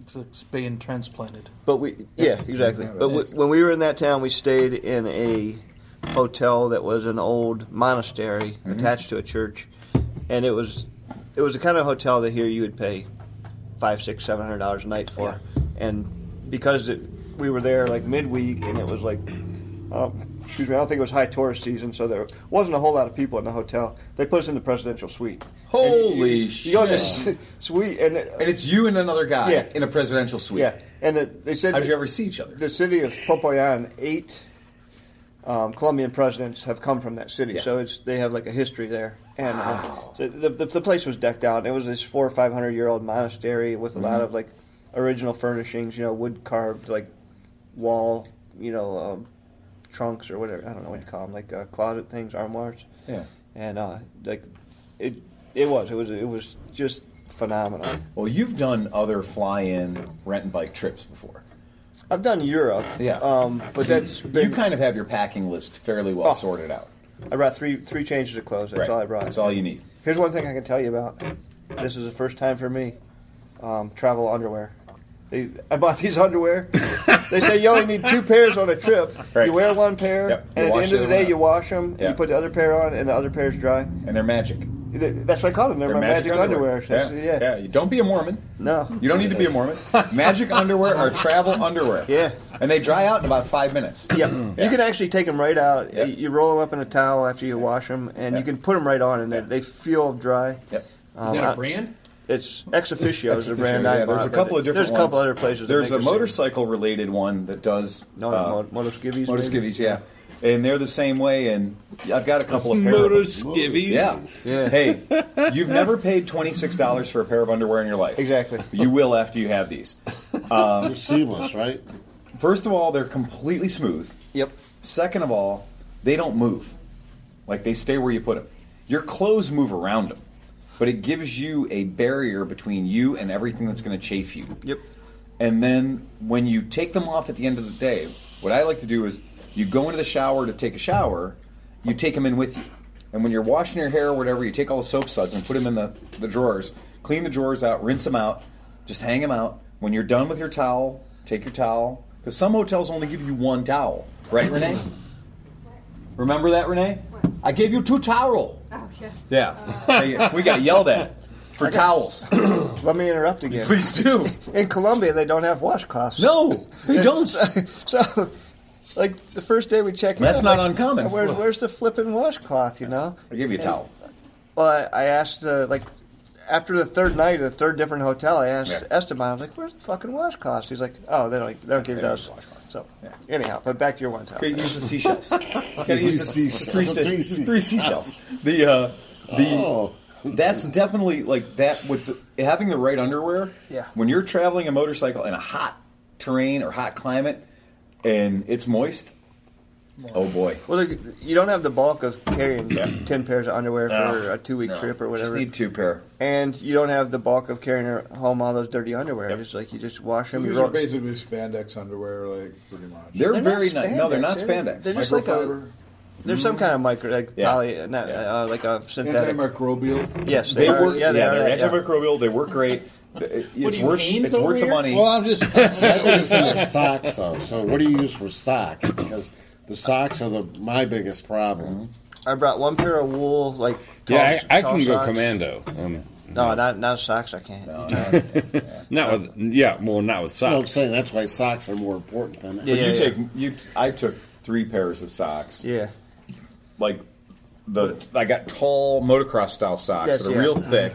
K: It's, it's being transplanted.
G: But we, yeah, exactly. But w- when we were in that town, we stayed in a hotel that was an old monastery
B: Mm-hmm.
G: attached to a church, and it was it was the kind of hotel that here you would pay five, six, seven hundred dollars a night for. And because it, we were there like midweek, and it was like, um, excuse me, I don't think it was high tourist season, so there wasn't a whole lot of people in the hotel. They put us in the presidential suite. And you-
B: Holy
G: you, You go in this
B: shit.
G: [laughs] suite, and the,
B: And it's you and another guy
G: Yeah.
B: in a presidential suite.
G: yeah, and the, they said
B: How'd
G: that
B: you ever see each other?
G: The city of Popoyan, eight um, Colombian presidents have come from that city,
B: Yeah.
G: so it's they have like a history there. And uh, so the, the the place was decked out. It was this four or five hundred year old monastery with a lot
B: Mhm.
G: of like original furnishings, you know, wood carved like wall, you know, um, trunks or whatever. I don't know what you call them, like uh, closet things, armoires.
B: Yeah.
G: And uh, like it, it was, it was, it was just phenomenal.
B: Well, you've done other fly-in rent and bike trips before.
G: I've done Europe.
B: Yeah.
G: Um, but that's been-
B: you kind of have your packing list fairly well
G: Oh.
B: sorted out.
G: I brought three three changes of clothes. That's
B: Right.
G: all I brought.
B: That's all you need.
G: Here's one thing I can tell you about. This is the first time for me. Um, travel underwear. They, I bought these [laughs] underwear. they say you only need two pairs on a trip.
B: Right.
G: You wear one pair,
B: Yep. You
G: and at the
B: wash
G: end of
B: the
G: the
B: other
G: day,
B: one
G: you
B: out.
G: wash them. And
B: Yeah.
G: you put the other pair on, and the other pair's dry.
B: And they're magic.
G: Th- That's what I call them. They're,
B: They're
G: my magic, underwear. That's-
B: Yeah. yeah. You Don't be a Mormon.
G: No.
B: You don't need to be a
G: [laughs]
B: Mormon. Magic underwear are travel underwear.
G: Yeah.
B: And they dry out in about five minutes. [clears throat]
G: Yeah. You can actually take them right out. You- You roll them up in a towel after you wash them, and you can put them right on, and they they feel dry.
B: Yep.
E: Is
B: Uh,
E: that a brand?
G: It's Ex Officio is
B: That's
G: the
B: official,
G: brand I
B: yeah, There's a
G: bought, but
B: couple
G: it-
B: of different.
G: There's a couple
B: ones.
G: other places. that
B: There's
G: make
B: a
G: the same.
B: motorcycle related one that does.
G: No,
B: uh,
G: no, Motor Skivvies.
B: motor
G: maybe?
B: skivvies, yeah. And they're the same way. And I've got a couple of pair of
C: Motor
B: them.
C: skivvies?
B: Yeah. Hey, you've never paid twenty six dollars for a pair of underwear in your life.
G: Exactly.
B: You will after you have these. Um,
D: They're seamless, right?
B: First of all, they're completely smooth.
G: Yep.
B: Second of all, they don't move. Like they stay where you put them. Your clothes move around them, but it gives you a barrier between you and everything that's going to chafe you.
G: Yep.
B: And then when you take them off at the end of the day, what I like to do is you go into the shower to take a shower, you take them in with you. And when you're washing your hair or whatever, you take all the soap suds and put them in the, the drawers, clean the drawers out, rinse them out, just hang them out. When you're done with your towel, take your towel. Because some hotels only give you one towel. Right, Renee? Remember that, Renee? I gave you two towel. Oh, Yeah. Uh. Hey, we got yelled at for towels.
G: Let me interrupt again.
B: Please do.
G: [laughs] In Colombia, they don't have
B: [coughs]
G: washcloths.
B: No, they don't.
G: [laughs] so, like the first day we checked,
B: That's
G: in,
B: not
G: like,
B: uncommon.
G: Where, where's the flipping washcloth? You know.
B: I gave you a towel.
G: Well, I, I asked uh, like after the third night at a third different hotel, I asked
B: Yeah.
G: Esteban, I was like, "Where's the fucking washcloths?" He's like, "Oh, they don't, they don't give
B: They don't
G: those."
B: give washcloths.
G: So
B: Yeah.
G: anyhow, but back to your one towel.
B: Couldn't use the seashells. Gotta
D: Use
B: use the
D: seashells.
B: three, se-
D: Three seashells.
B: three seashells. The uh, the
D: Oh.
B: that's definitely like that with the, having the right underwear.
G: Yeah.
B: When you're traveling a motorcycle in a hot terrain or hot climate, and it's moist. Oh boy.
G: Well, look, you don't have the bulk of carrying
B: Yeah.
G: [clears throat] ten pairs of underwear for
B: No.
G: a two-week
B: No.
G: trip or
B: Just
G: whatever,
B: need two pair.
G: and you don't have the bulk of carrying home all those dirty underwear. It's like you just wash them.
F: These
G: you
F: are
G: roll-
F: basically spandex underwear, like pretty much.
B: They're,
G: They're not
B: very nice. No, they're
G: spandex.
B: not
G: They're-
B: spandex.
G: they're just like a-
F: Microfiber,
G: There's some kind of micro, like
B: Yeah.
G: poly, not,
B: Yeah.
G: uh, like a synthetic.
F: antimicrobial.
G: yes,
B: they
G: they, are.
B: work.
G: Yeah, they are.
B: they're
G: that, yeah.
B: antimicrobial. They work
G: [laughs]
B: great. It's
E: What are you,
B: worth.
E: Hanes
B: it's worth
E: over
B: the
E: here?
B: money.
D: Well, I'm [laughs] just I always see the socks though. So what do you use for socks? Because the socks are the my biggest problem.
G: I brought one pair of wool, like tall,
J: Yeah, I, I
G: tall
J: can go
G: socks.
J: commando. Um,
G: No, not not socks. I can't.
J: not with yeah, well, not with
D: You know what I'm
J: socks.
D: saying that's why socks are more important than
B: But
G: Yeah,
B: you
G: yeah.
B: take you. I took three pairs of socks.
G: Yeah.
B: like the I got tall motocross style socks
G: Yes,
B: that are
G: yeah. [laughs]
B: real thick.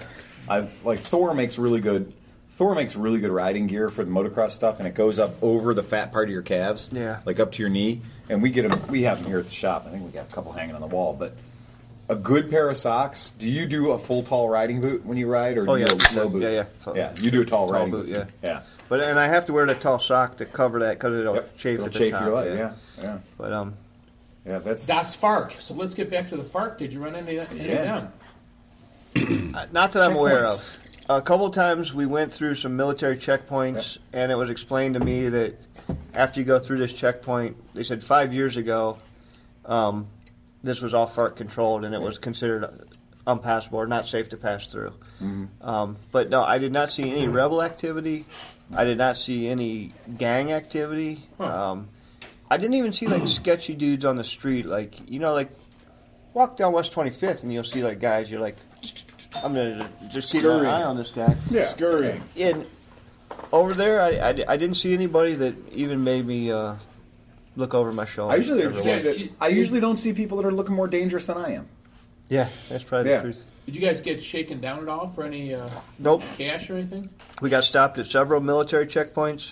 B: I like Thor makes really good. Thor makes really good riding gear for the motocross stuff, and it goes up over the fat part of your calves,
G: Yeah.
B: like up to your knee. And we get them. We have them here at the shop. I think we got a couple hanging on the wall, but. A good pair of socks. Do you do a full tall riding boot when you ride, or
G: Oh,
B: do you
G: yeah.
B: do a low boot?
G: Yeah, yeah.
B: yeah. You do a tall,
G: Tall
B: riding
G: boot, yeah.
B: yeah.
G: But and I have to wear the tall sock to cover that because it'll
B: Yep.
G: chafe
B: It'll
G: at the
B: chafe
G: top.
B: your leg. Yeah. yeah,
G: But um,
B: yeah. That's
E: Das Fark. So let's get back to the Fark. Did you run any of that? any of
B: Yeah.
E: them?
G: uh, not that I'm aware
B: Checkpoints.
G: of. A couple times we went through some military checkpoints, and it was explained to me that after you go through this checkpoint, they said five years ago, um, this was all FARC controlled, and it was considered unpassable or not safe to pass through. Um, but no, I did not see any rebel activity. I did not see any gang activity. Um, I didn't even see like sketchy dudes on the street. Like you know, like walk down West Twenty Fifth, and you'll see like guys. You're like, I'm gonna just keep my eye on this guy.
F: Yeah. Scurrying.
G: And over there, I, I, I didn't see anybody that even made me uh, look over my shoulder.
B: I usually don't
G: Everyone-
B: see that, I usually don't see people that are looking more dangerous than I am.
G: Yeah, that's probably
B: Yeah.
G: the truth.
E: Did you guys get shaken down at all for any uh,
G: Nope.
E: cash or anything?
G: We got stopped at several military checkpoints.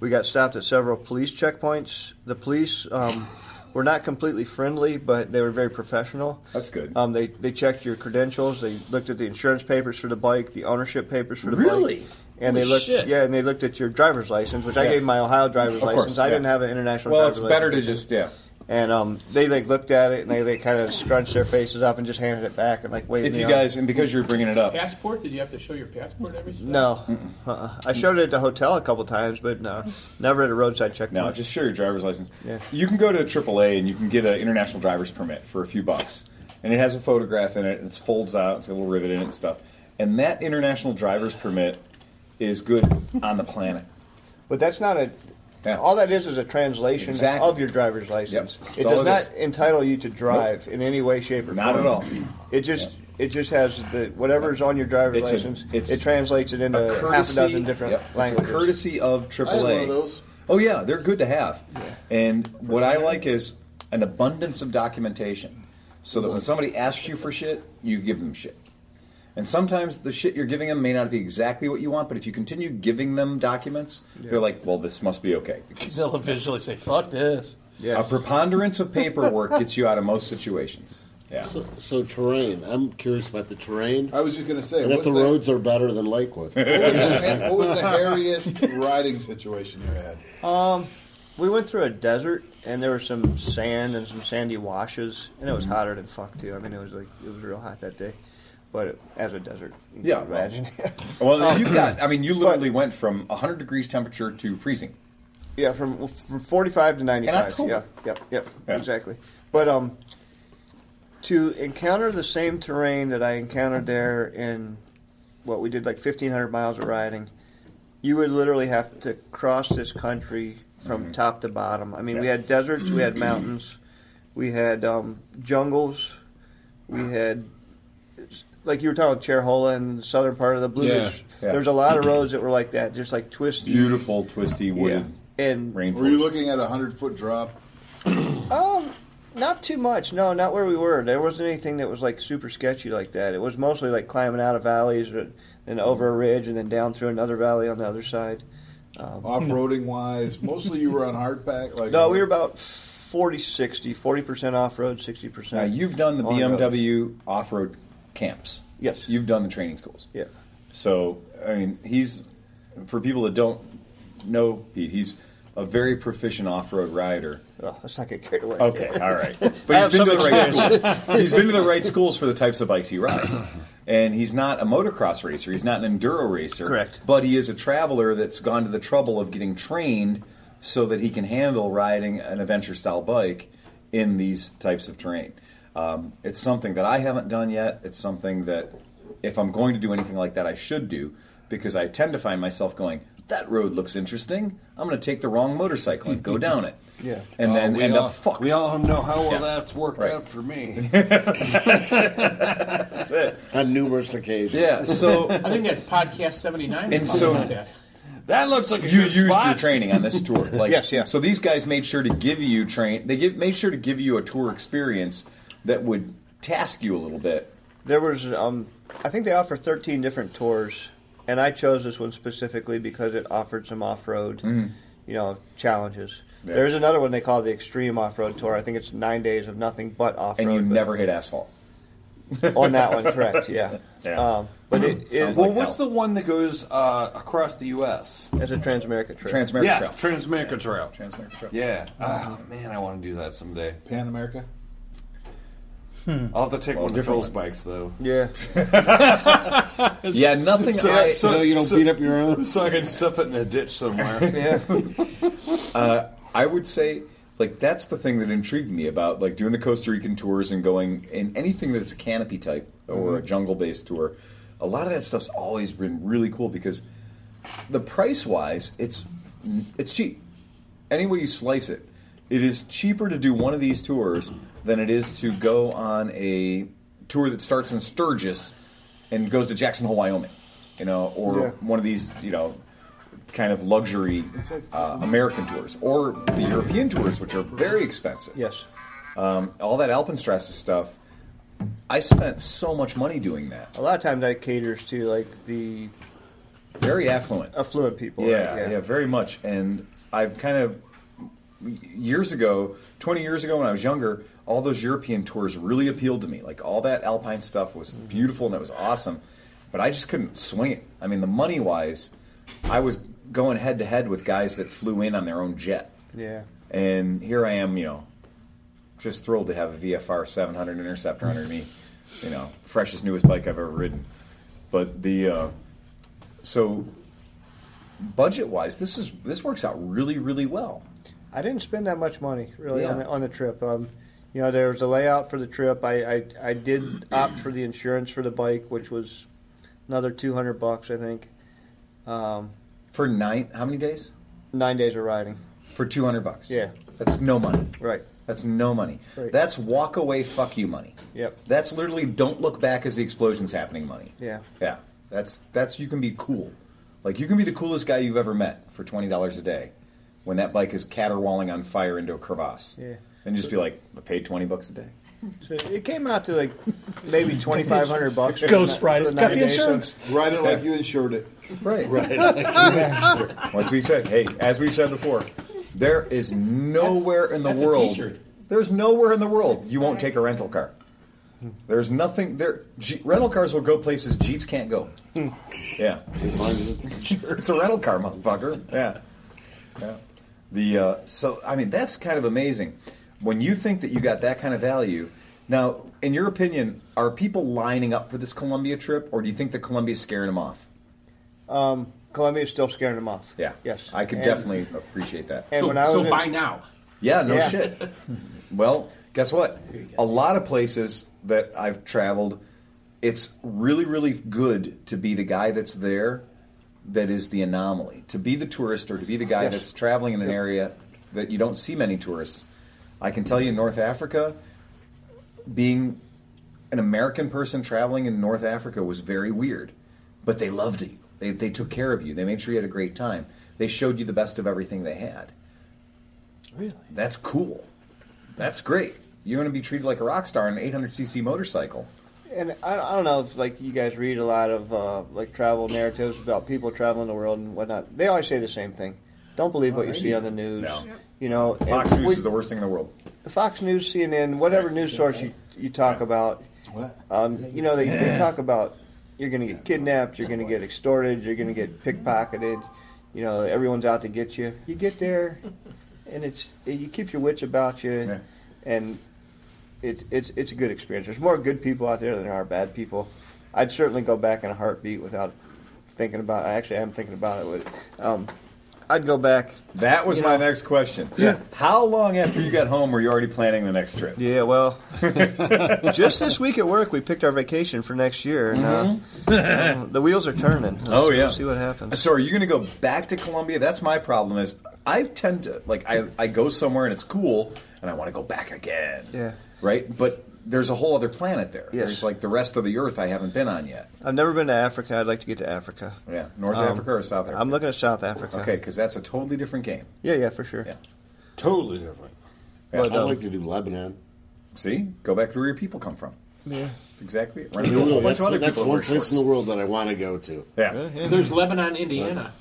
G: We got stopped at several police checkpoints. The police um, were not completely friendly, but they were very professional.
B: That's good.
G: Um, they they checked your credentials. They looked at the insurance papers for the bike, the ownership papers for the
B: Really?
G: bike. And
B: Holy
G: they looked,
B: shit.
G: yeah, and they looked at your driver's license, which I
B: Yeah.
G: gave my Ohio driver's
B: Of course,
G: license. I
B: yeah.
G: didn't have an international.
B: Well,
G: driver's
B: it's better to
G: license.
B: just yeah.
G: And um, they like looked at it and they, they kind of scrunched their faces up and just handed it back and like waved.
B: If
G: me
B: you
G: on.
B: guys and because you're bringing it up,
E: Passport? Did you have to show your passport every step?
G: No, uh-uh. I showed it at the hotel a couple times, but no, never at a roadside checkpoint.
B: No, just show your driver's license.
G: Yeah.
B: You can go to AAA and you can get an international driver's permit for a few bucks. And it has a photograph in it, and it folds out, it's got a little rivet in it and stuff. And that international driver's permit is good on the planet.
G: But that's not a. All that is is a translation
B: Exactly.
G: of your driver's license.
B: That's
G: It
B: all
G: does
B: it
G: not
B: is.
G: entitle you to drive in any way, shape, or
B: Not
G: form.
B: at all.
G: It just it just has the whatever's on your driver's
B: It's a-
G: license.
B: it's
G: it translates it into Uh, half a dozen different
B: yep, it's a
G: languages.
B: courtesy of AAA.
G: I had one of those.
B: Oh yeah, they're good to have. And what I like is an abundance of documentation, so that when somebody asks you for shit, you give them shit. And sometimes the shit you're giving them may not be exactly what you want, but if you continue giving them documents, they're like, "Well, this must be okay."
K: They'll eventually say, "Fuck this."
B: A preponderance of paperwork gets you out of most situations. Yeah.
D: So, so terrain. I'm curious about the terrain.
F: I was just gonna say,
D: and if
F: what's
D: the
F: that-
D: roads are better than Lakewood.
F: What was, the, what was
D: [laughs]
F: the hairiest riding situation you had?
G: Um, we went through a desert, and there was some sand and some sandy washes, and it was hotter than fuck too. I mean, it was like it was real hot that day, but it, as a desert, you can
B: Yeah, well-
G: imagine.
B: Well, you got. I mean, you literally went from 100 degrees temperature to freezing.
G: Yeah, from from forty five to ninety
B: In
G: five.
B: October.
G: Yeah, yep, yep,
B: Yeah.
G: exactly. But um, to encounter the same terrain that I encountered there in what we did like fifteen hundred miles of riding, you would literally have to cross this country from
B: Mm-hmm.
G: top to bottom. I mean, we had deserts, we had mountains, we had um, jungles, we had like you were talking about Cherhola and the southern part of the Blue
B: Yeah,
G: Ridge.
B: yeah.
G: There's a lot of roads that were like that, just like twisty,
B: Beautiful, twisty wooded
G: and
B: rainforest.
F: Were you looking at a hundred foot drop?
G: Um, not too much. No, not where we were. There wasn't anything that was like super sketchy like that. It was mostly like climbing out of valleys or, and over a ridge and then down through another valley on the other side. Um,
F: Off roading wise, mostly you were on hardback. Like
G: No, we were about 40 60, 40% off road, 60%.
B: Now you've done the
G: on road.
B: BMW off-road camps.
G: Yes.
B: You've done the training schools.
G: Yeah.
B: So I mean, he's for people that don't know Pete, he's a very proficient off-road rider.
G: Oh, let's not get carried away.
B: Okay, all right.
G: I
B: But
G: have
B: he's been to
G: some
B: the right
G: experience.
B: schools. He's been to the right schools for the types of bikes he rides. And he's not a motocross racer. He's not an enduro racer.
G: Correct.
B: But he is a traveler that's gone to the trouble of getting trained so that he can handle riding an adventure style bike in these types of terrain. Um, it's something that I haven't done yet. It's something that if I'm going to do anything like that, I should do because I tend to find myself going, that road looks interesting. I'm going to take the wrong motorcycle and go down it.
K: Yeah.
B: And
H: Oh,
B: then
H: we
B: end
H: all-
B: up fucked.
H: We all know how well
B: Yeah.
H: that's worked
B: Right.
H: out for me.
B: That's it.
D: on numerous
B: [laughs]
D: occasions.
B: Yeah, so
E: I think that's podcast
B: And
E: 79. talking
B: so-
E: about that.
H: That looks like a
B: you
H: good
B: used your
H: spot.
B: training on this tour. Like,
G: Yes, yeah.
B: So these guys made sure to give you train. They give, made sure to give you a tour experience that would task you a little bit.
G: There was, um, I think they offer 13 different tours, and I chose this one specifically because it offered some off road, you know, challenges.
B: Mm-hmm. Yeah.
G: There's another one they call the Extreme Off Road Tour. I think it's nine days of nothing but off road.
B: And you never hit asphalt.
G: [laughs] on that one, correct? Yeah.
B: Yeah.
G: Um, but it
B: like
G: is
H: well, what's
B: hell.
H: the one that goes uh, across the U.S.?
G: as a Transamerica trip.
B: Transamerica
H: Yeah,
B: Trail.
H: Transamerica Trail.
B: Transamerica Trail.
H: Yeah. Oh, man, I want to do that someday.
F: Pan America.
H: I'll have to take
B: Well,
H: one of
B: different
H: Phil's
B: one.
H: bikes, though. [laughs]
G: yeah.
B: Yeah, nothing.
H: So-
B: I,
D: So you don't
H: So-
D: beat up your own.
H: So I can stuff it in a ditch somewhere.
G: Yeah.
B: I would say like that's the thing that intrigued me about like doing the Costa Rican tours and going in anything that's a canopy type or a jungle based tour. A lot of that stuff's always been really cool because the price wise, it's it's cheap. Any way you slice it, it is cheaper to do one of these tours than it is to go on a tour that starts in Sturgis and goes to Jackson Hole, Wyoming, you know, or
F: Yeah.
B: one of these, you know, kind of luxury uh, American tours or the European tours, which are very expensive.
G: Yes.
B: Um, all that Alpenstrasse stuff, I spent so much money doing that.
G: A lot of times that caters to like the
B: very affluent,
G: affluent people.
B: Yeah,
G: right?
B: yeah, very much. And I've kind of years ago, twenty years ago when I was younger, all those European tours really appealed to me. Like all that alpine stuff was beautiful and that was awesome, but I just couldn't swing it. I mean, the money wise, I was going head to head with guys that flew in on their own jet,
G: yeah.
B: and here I am, you know, just thrilled to have a VFR 700 Interceptor under me, you know, freshest newest bike I've ever ridden. But the uh, so budget wise, this is this works out really really well.
G: I didn't spend that much money really on,
B: Yeah.
G: the, on the trip. Um, you know, there was a layout for the trip. I, I, I did opt for the insurance for the bike, which was another two hundred bucks, I think. Um,
B: for nine, how many days?
G: Nine days of riding.
B: For two hundred bucks.
G: Yeah.
B: That's no money.
G: Right.
B: That's no money.
G: Right.
B: That's walk away fuck you money.
G: Yep.
B: That's literally don't look back as the explosion's happening money.
G: Yeah.
B: Yeah. That's that's you can be cool. Like you can be the coolest guy you've ever met for twenty dollars a day when that bike is caterwauling on fire into a crevasse.
G: Yeah.
B: And just be like, I paid twenty bucks a day.
G: So it came out to like
B: [laughs]
G: maybe twenty five hundred bucks. for the- for nine days, so-
F: Write it like you insured it.
B: Right. [laughs]
F: Write it like you asked for it.
B: As we said, hey, as we've said before, there is nowhere in the
F: that's a
B: world.
F: t-shirt.
B: There's nowhere in the world you won't take a rental car. There's nothing there. Je- rental cars will go places Jeeps can't go. Yeah, Hmm. as long as it's [laughs] it's a rental car, motherfucker. Yeah, yeah. The uh, so I mean that's kind of amazing when you think that you got that kind of value. Now, in your opinion, are people lining up for this Columbia trip, or do you think that Columbia's scaring them off?
G: Um, Columbia's still scaring them off.
B: Yeah.
G: Yes.
B: I could
G: And-
B: definitely appreciate that.
G: And when I was in-
B: Yeah, no
G: Yeah.
B: shit. well, guess what? A lot of places that I've traveled, it's really, really good to be the guy that's there that is the anomaly. To be the tourist or to be the guy
H: Yes.
B: that's traveling in an
H: Yep.
B: area that you don't see many tourists. I can tell you in North Africa, being an American person traveling in North Africa was very weird, but they loved you. They, they took care of you. They made sure you had a great time. They showed you the best of everything they had.
I: Really?
B: That's cool. That's great. You're going to be treated like a rock star on an 800cc motorcycle.
G: And I, I don't know if like you guys read a lot of uh, like travel narratives about people traveling the world and whatnot. They always say the same thing: don't believe what you see on the news.
B: Oh, No.
G: You know, and
B: Fox News
G: we-
B: is the worst thing in the world.
G: Fox News, CNN, whatever news source you you talk about.
F: What?
G: Um, you know, they, they talk about you're going to get kidnapped, you're going to get extorted, you're going to get pickpocketed. You know, everyone's out to get you. You get there, and it's you keep your wits about you, and it's it's it's a good experience. There's more good people out there than there are bad people. I'd certainly go back in a heartbeat without thinking about. I actually am thinking about it. But, um, I'd go back.
B: That was my next question. Yeah. How long after you got home were you already planning the next trip?
G: Yeah, well, [laughs] just this week at work, we picked our vacation for next year, and uh, um, the wheels are turning. Let's-
B: Mm-hmm. [laughs] Oh yeah.
G: let's see what happens.
B: So are you going to go back to Columbia? That's my problem. Is I tend to like I I go somewhere and it's cool and I want to go back again.
G: Yeah.
B: Right. But there's a whole other planet there.
G: Yes.
B: There's like the rest of the Earth I haven't been on yet.
G: I've never been to Africa. I'd like to get to Africa.
B: Yeah. North
G: Um,
B: Africa or South Africa?
G: I'm looking at South Africa.
B: Okay, because that's a totally different game.
G: Yeah, yeah, for sure.
B: [laughs] Totally different.
G: But, I'd um, like
B: to do Lebanon. See, go back to where your people come from.
G: Yeah.
B: Exactly. it. Run
D: You
B: into a
D: know,
B: whole bunch of
D: that's
B: other
D: that's
B: people
D: one
B: that
D: place
B: wear
D: in
B: shorts.
D: the world that I want to go to.
B: Yeah. Yeah.
E: There's Lebanon, Indiana.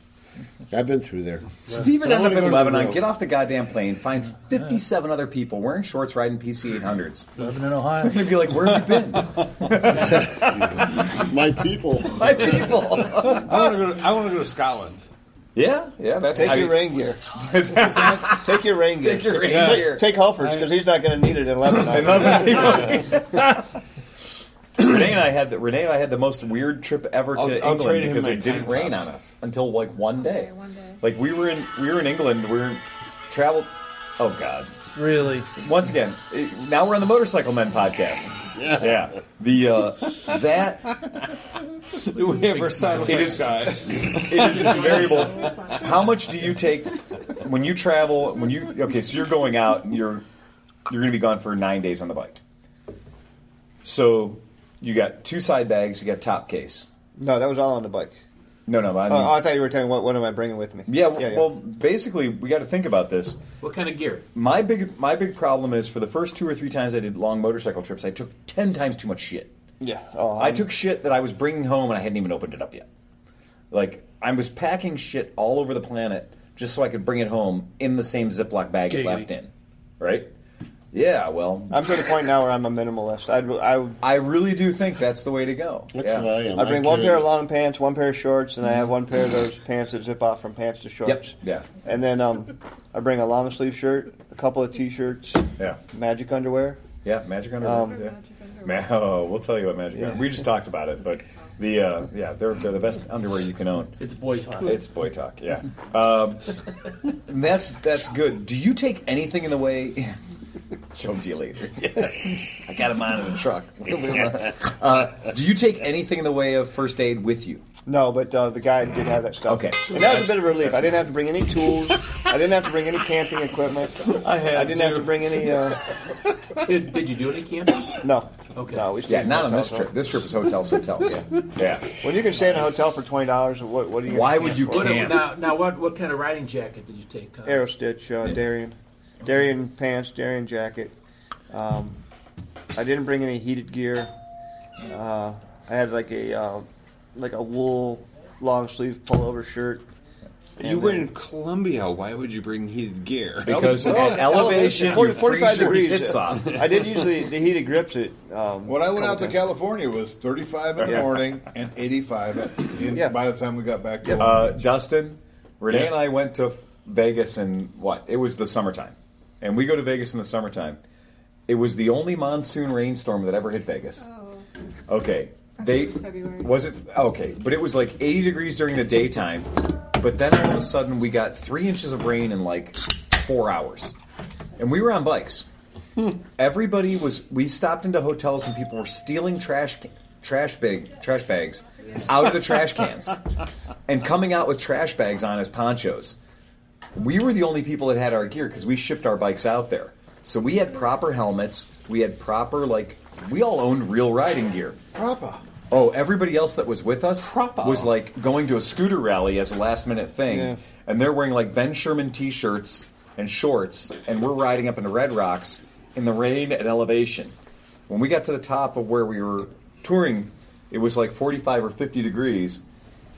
D: I've been through there.
B: Steven
D: I
B: end
D: wanna
B: up
D: go to
B: in
D: the
B: Lebanon.
D: world.
B: Get off the goddamn plane. Find 57 other people wearing shorts riding PC 800s.
I: Lebanon, Ohio.
B: They're going to be like, where have you been?
D: My
B: [laughs]
D: people.
B: My people.
H: I want to go. To, I want to go to Scotland.
B: Yeah, yeah, that's
G: take
B: I [laughs]
G: your
B: mean-
G: rain gear. [laughs] take your rain gear.
B: Take your rain
G: take,
B: gear.
G: Take Halford's because he's not going to need it in
B: [laughs]
G: Lebanon.
B: Renee and I had the Renee and I had the most weird trip ever to
H: I'll- I'll
B: England
H: trade him
B: because
H: my
B: it didn't
H: tank
B: rain
H: tops.
B: on us until like one day. Like we were in we were in England. We were in travel. Oh God!
I: Really?
B: Once again, it- now we're on the Motorcycle Men podcast. Yeah, The uh, that
H: [laughs] we ever sign with
B: it
H: that
B: is
H: guy?
B: it is variable. How much do you take when you travel? When you okay, so you're going out and you're you're going to be gone for nine days on the bike. So You got two side bags. You got top case.
G: No, that was all on the bike.
B: No, no. but Uh, I
G: Oh,
B: mean,
G: I thought you were telling what, what am I bringing with me?
B: yeah, Well, basically, we got to think about this.
E: What kind of gear?
B: My big my big problem is for the first two or three times I did long motorcycle trips, I took ten times too much shit.
G: Yeah. Oh,
B: I took shit that I was bringing home and I hadn't even opened it up yet. Like I was packing shit all over the planet just so I could bring it home in the same Ziploc bag it
G: Giggity.
B: left in. Right? Yeah. Well,
G: I'm to the point now where I'm a minimalist. I'd, I
B: I really do think that's the way to go.
G: That's
B: Yeah.
G: I,
B: am. I
G: bring one
B: carry-
G: pair of long pants, one pair of shorts, and I have one pair of those pants that zip off from pants to shorts.
B: Yeah.
G: And then um, I bring a long sleeve shirt, a couple of t-shirts,
B: Yeah.
G: magic underwear.
B: Yeah, magic underwear.
G: Um,
B: yeah. Ma- [laughs] oh, we'll tell you about magic. Underwear.
G: Yeah.
B: We just talked about it, but the uh, yeah, they're they're the best underwear you can own.
E: It's boy talk.
B: It's boy talk. Yeah, um, and that's that's good. Do you take anything in the way? [laughs] Show 'em to you later. [laughs] I got mine in the truck. [laughs] uh, do you take anything in the way of first aid with you?
G: No, but uh, the guy did have that stuff.
B: Okay,
G: And that was a bit of a relief. I didn't have to bring any tools. I didn't have to bring any camping equipment.
B: [laughs]
G: I had. I didn't have to bring any. Uh,
E: Did, did you do any camping?
G: no. Okay. No. We stayed
B: Yeah,
G: in
B: not on
G: hotels,
B: this trip. This trip was hotels, hotels. Yeah, yeah.
G: When you can stay in a hotel for twenty dollars, what, what do you?
B: Why
G: gonna
B: would
G: camp
B: you
G: for?
B: camp?
E: Now, now what, what kind of riding jacket did you take? Uh,
G: Arrow Stitch, uh, Darien, Darien pants, Darien jacket. Um, I didn't bring any heated gear. Uh, I had like a uh, like a wool long sleeve pullover shirt.
C: You were in Colombia. Why would you bring heated gear?
G: Because at Well, oh, elevation, elevation, you 40 45 freeze your degrees, tits yeah. off. I did usually- the heated grips it. Um,
F: when I went
G: couple
F: out to
G: times.
F: California, it was 35 in the
G: Yeah.
F: morning and 85 at, in, by the time we got back to
B: Uh, Dustin, Renee
F: Yeah.
B: and I went to Vegas in what? It was the summertime. And we go to Vegas in the summertime. It was the only monsoon rainstorm that ever hit Vegas. Okay. They was, Oh. it okay, but it was like 80 degrees during the daytime. But then all of a sudden we got 3 inches of rain in like 4 hours. And we were on bikes. Everybody was we stopped into hotels and people were stealing trash ca- trash big trash bags out of the trash [laughs] cans and coming out with trash bags on as ponchos. We were the only people that had our gear because we shipped our bikes out there. So we had proper helmets. We had proper like we all owned real riding gear.
F: Proper.
B: Oh, everybody else that was with us was like going to a scooter rally as a last minute thing,
F: Yeah.
B: and they're wearing like Ben Sherman t-shirts and shorts, and we're riding up into Red Rocks in the rain at elevation. When we got to the top of where we were touring, it was like 45 or 50 degrees,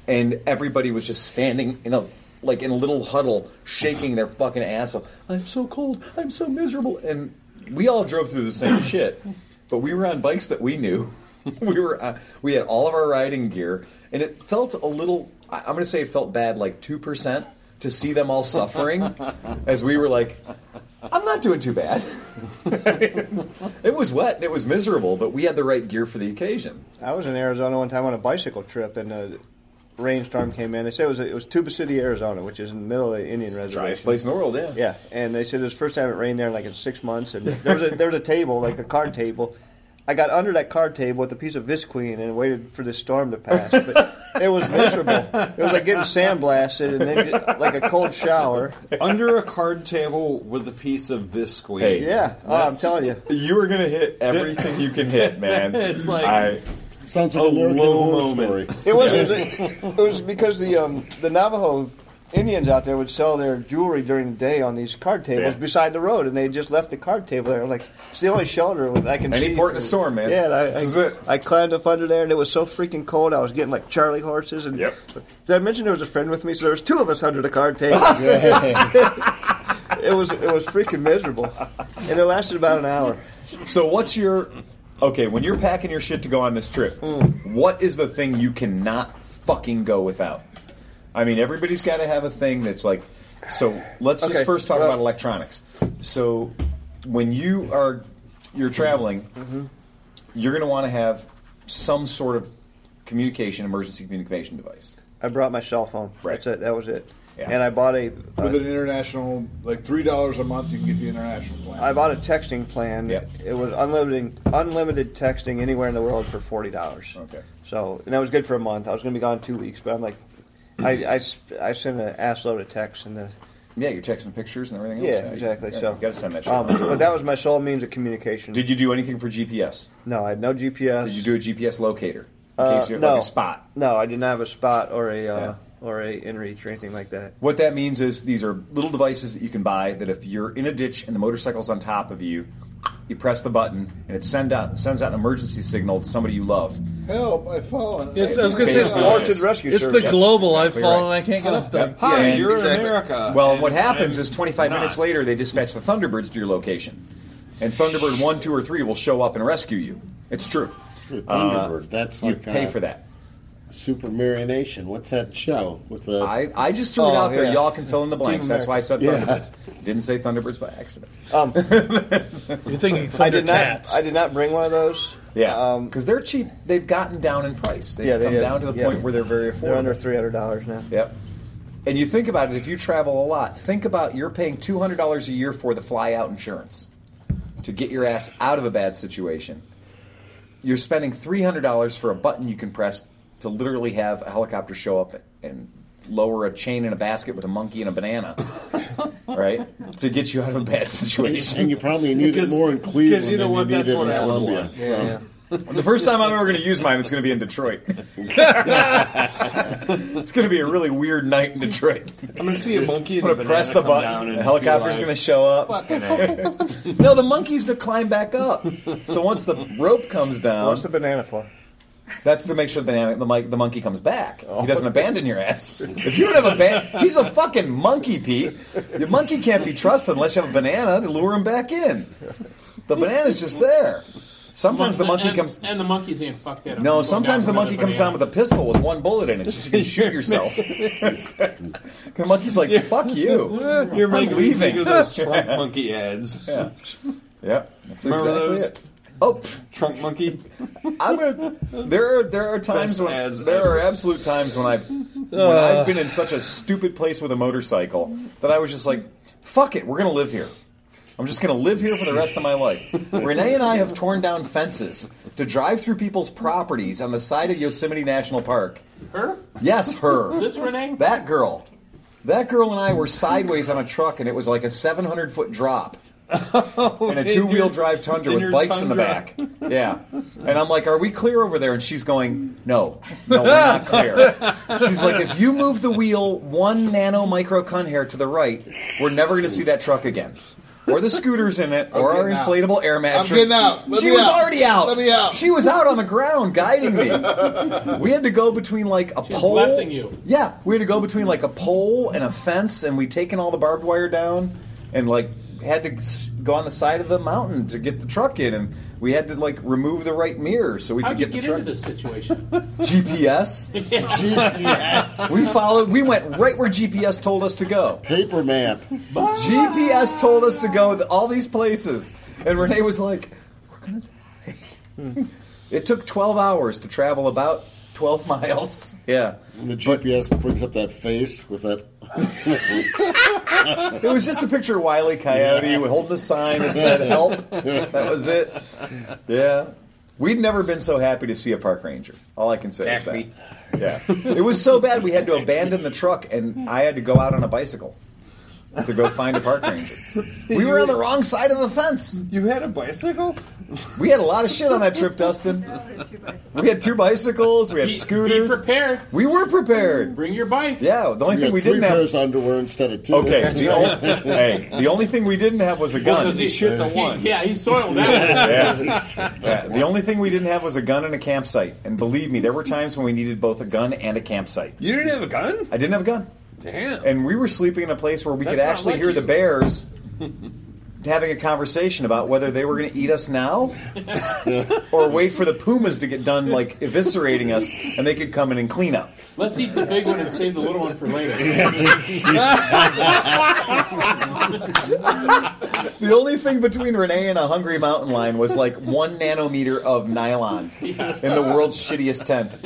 B: and everybody was just standing in a like in a little huddle, shaking their fucking ass off. I'm so cold. I'm so miserable. And we all drove through the same shit, but we were on bikes that we knew. [laughs] we were uh, we had all of our riding gear, and it felt a little. I- I'm gonna say it felt bad, like two percent, to see them all suffering, as we were like, "I'm not doing too bad." [laughs] it was wet and it was miserable, but we had the right gear for the occasion.
G: I was in Arizona one time on a bicycle trip, and a rainstorm came in. They said it was it was Tuba City, Arizona, which is in the middle of the Indian
B: the
G: reservation.
B: driest place in the world, yeah.
G: Yeah, and they said it was the first time it rained there in like in six months. And there was a, there was a table, like a card table. I got under that card table with a piece of Visqueen and waited for the storm to pass. But it was miserable. It was like getting sandblasted and then get, like a cold shower.
H: Under a card table with a piece of visqueen.
B: Hey,
G: Yeah, oh, I'm telling you.
B: you were gonna hit everything you can
G: [laughs]
B: hit, man.
H: It's like-
B: I,
D: Sounds like a American
H: low
D: Horror
H: moment.
D: Story.
G: It was, it was, it was because the um, the Navajo Indians out there would sell their jewelry during the day on these card tables
B: Yeah.
G: beside the road, and they just left the card table there. Like it's the only shelter that I can.
B: Any
G: see
B: port in a
G: from-
B: storm, man.
G: Yeah, and I,
B: This
G: I,
B: is it.
G: I climbed up under there, and it was so freaking cold. I was getting like Charlie horses, and did I mention there was a friend with me? So there was two of us under the card table.
B: [laughs]
G: it was it was freaking miserable, and it lasted about an hour.
B: so what's your okay when you're packing your shit to go on this trip?
G: Hmm.
B: What is the thing you cannot fucking go without? I mean, everybody's got to have a thing that's like. So let's
G: Okay,
B: just first talk
G: well-
B: about electronics. So when you are you're traveling,
G: Mm-hmm.
B: you're going to want to have some sort of communication, emergency communication device.
G: I brought my cell phone. That's it. That was it.
B: Yeah.
G: And I bought a
D: Uh,
F: with an international, like $3 a month, you can get the international plan.
G: I bought a texting plan. It was unlimited unlimited texting anywhere in the world for forty dollars.
B: Okay.
G: So and that was good for a month. I was going to be gone two weeks, but I'm like, I I, s- I sent an assload of texts, and the
B: Yeah, you're texting pictures and everything else.
G: Yeah, exactly. So
B: got to send that shit.
G: Um, but that was my sole means of communication.
B: Did you do anything for GPS?
G: No, I had no GPS.
B: Did you do a GPS locator in
G: Uh,
B: case you had
G: no
B: like a spot?
G: No, I didn't have a spot or a uh, or a in reach or anything like that.
B: What that means is these are little devices that you can buy that if you're in a ditch and the motorcycle's on top of you, you press the button and it send out sends out an emergency signal to somebody you love.
F: Help! I've fallen.
B: It's- I was gonna say, it's the Orchard Rescue
M: It's
B: Service.
M: the global.
B: That's exactly
M: I've fallen.
B: right.
M: I can't get up there.
B: Yeah, and-
M: Exactly.
H: Uh,
B: Well, what happens is 25 minutes later they dispatch the Thunderbirds to your location, and Thunderbird one, two, or three will show up and rescue you. It's true.
D: Thunderbird, that's
B: Uh, you
D: like,
B: pay
D: uh,
B: for that.
D: Super Mario Nation. What's that show? With uh, the
B: I, I just
G: Oh,
B: threw it out there. Y'all can fill in the blanks. That's why I said Thunderbirds. Didn't say Thunderbirds by accident.
G: Um,
B: You're
G: I did not. I did not bring one of those. Um,
B: Yeah, because Um, they're cheap. They've gotten down in price. They've
G: Yeah, they
B: come
G: have.
B: down to the
G: Yeah.
B: point where they're very affordable.
G: They're under three hundred dollars now.
B: Yep. And you think about it, if you travel a lot, think about you're paying two hundred dollars a year for the fly out insurance to get your ass out of a bad situation. You're spending three hundred dollars for a button you can press to literally have a helicopter show up and lower a chain in a basket with a monkey and a
G: [laughs]
B: banana, right? To get you out of a bad situation.
D: And
B: [laughs]
D: you probably need it more in Cleveland
B: you know
D: than
B: what?
D: you
B: That's
D: need it
B: what
D: in
B: I would
D: Columbia.
B: want.
D: So.
B: Yeah. The first time I'm ever going to use mine, it's going to be in Detroit. [laughs] it's going to be a really weird night in Detroit.
H: I'm gonna see a monkey and
B: I'm
H: a
B: gonna
H: banana
B: press the
H: come down
B: button.
H: and
B: The helicopter's
H: be like,
B: going to show up.
H: "Fucking hell."
B: [laughs] no, the monkey's to climb back up. So once the rope comes down,
G: What's the banana for?
B: that's to make sure the banana, the, mon- the monkey comes back.
H: Oh.
B: He doesn't abandon your ass. If you don't have a ban, he's a fucking monkey, Pete. The monkey can't be trusted unless you have a banana to lure him back in. The banana's just there. Sometimes the monkey
E: and,
B: comes.
E: And the monkeys ain't fuck that. up.
B: No,
E: Going
B: sometimes the
E: down
B: monkey
E: another
B: comes down
E: banana.
B: with a pistol with one bullet in it. Just
H: [laughs]
B: you can shoot yourself. the monkey's like, "Fuck
H: [laughs]
B: you!
H: You're making
B: I'm
H: me
B: leaving."
H: think of
B: [laughs]
H: those trunk monkey ads.
B: Yeah, yep. That's
H: Remember
B: exactly
H: those?
B: it. Oh, trunk monkey. I'm gonna, there are there are times when there are absolute times when I when
H: Uh.
B: I've been in such a stupid place with a motorcycle that I was just like, "Fuck it, we're gonna live here." I'm just going to live here for the rest of my
H: [laughs]
B: life. Renee and I have torn down fences to drive through people's properties on the side of Yosemite National Park.
E: Her?
B: Yes, her.
E: This Renee?
B: That girl. That girl and I were sideways on a truck, and it was like a 700 foot
F: [laughs]
B: drop in a
H: in
B: two wheel
H: your-
B: drive Tundra
H: in
B: with
H: your
B: bikes in the
H: Tundra.
B: back. Yeah. And I'm like, Are we clear over there? And she's going, No, no, we're not
F: [laughs]
B: clear. She's like, If you move the wheel one nano micro cun hair to the right, we're never going to see that truck again. Or the scooters in it, or our
F: getting out.
B: inflatable air
F: I'm
B: mattress.
F: getting out. Let
B: she
F: me
B: was
F: out.
B: already out.
F: Let me out.
B: She was out on the ground guiding me. we had to go between like a pole.
E: blessing you.
B: Yeah, we had to go between like a pole and a fence, and we taken all the barbed wire down, and like had to s- go on the side of the mountain to get the truck in, and we had to like remove the right mirror so we
E: How'd
B: could get the
E: you get
B: truck.
E: into this situation? [laughs]
B: GPS.
D: [laughs]
E: GPS.
B: We followed. We went right where GPS told us to go.
D: Paper map.
B: GPS told us to go to all these places, and Renee was like, "We're
E: Hmm.
B: gonna." die." it took twelve hours to travel about twelve
E: [laughs]
B: miles. Yeah.
D: And the GPS brings up that face with that. [laughs]
B: It was just a picture of Wiley Coyote holding a sign that said "Help." That was it. Yeah. We'd never been so happy to see a park ranger. All I can say is that. Yeah. It was so bad we had to abandon the truck and I had to go out on a bicycle to go find a park ranger. We were on the wrong side of the fence.
H: You had a bicycle?
B: We had a lot of shit on that trip, Dustin. We had two bicycles, we had
E: Be-
B: scooters.
E: Be prepared.
B: We were prepared.
E: Bring your bike.
B: Yeah, the only
D: You
B: thing
D: had
B: we
D: three
B: didn't have
D: pairs of underwear instead of two.
B: Okay.
D: [laughs]
B: The only, hey, the only thing we didn't have was a gun.
D: Because he shit the
E: [laughs]
D: one.
E: Yeah, he soiled that one.
B: Yeah. Yeah, The only thing we didn't have was a gun and a campsite. And believe me, there were times when we needed both a gun and a campsite.
N: You didn't have a gun?
B: I didn't have a gun.
N: Damn.
B: And we were sleeping in a place where we could
N: That's not
B: actually
N: like
B: hear the
N: you.
B: bears having a conversation about whether they were going to eat us
N: [laughs]
B: now or wait for the pumas to get done like eviscerating us and they could come in and clean up.
E: Let's eat the big one and save the little one for later.
B: The only thing between Renee and a hungry mountain lion was like one nanometer of nylon in the world's shittiest tent.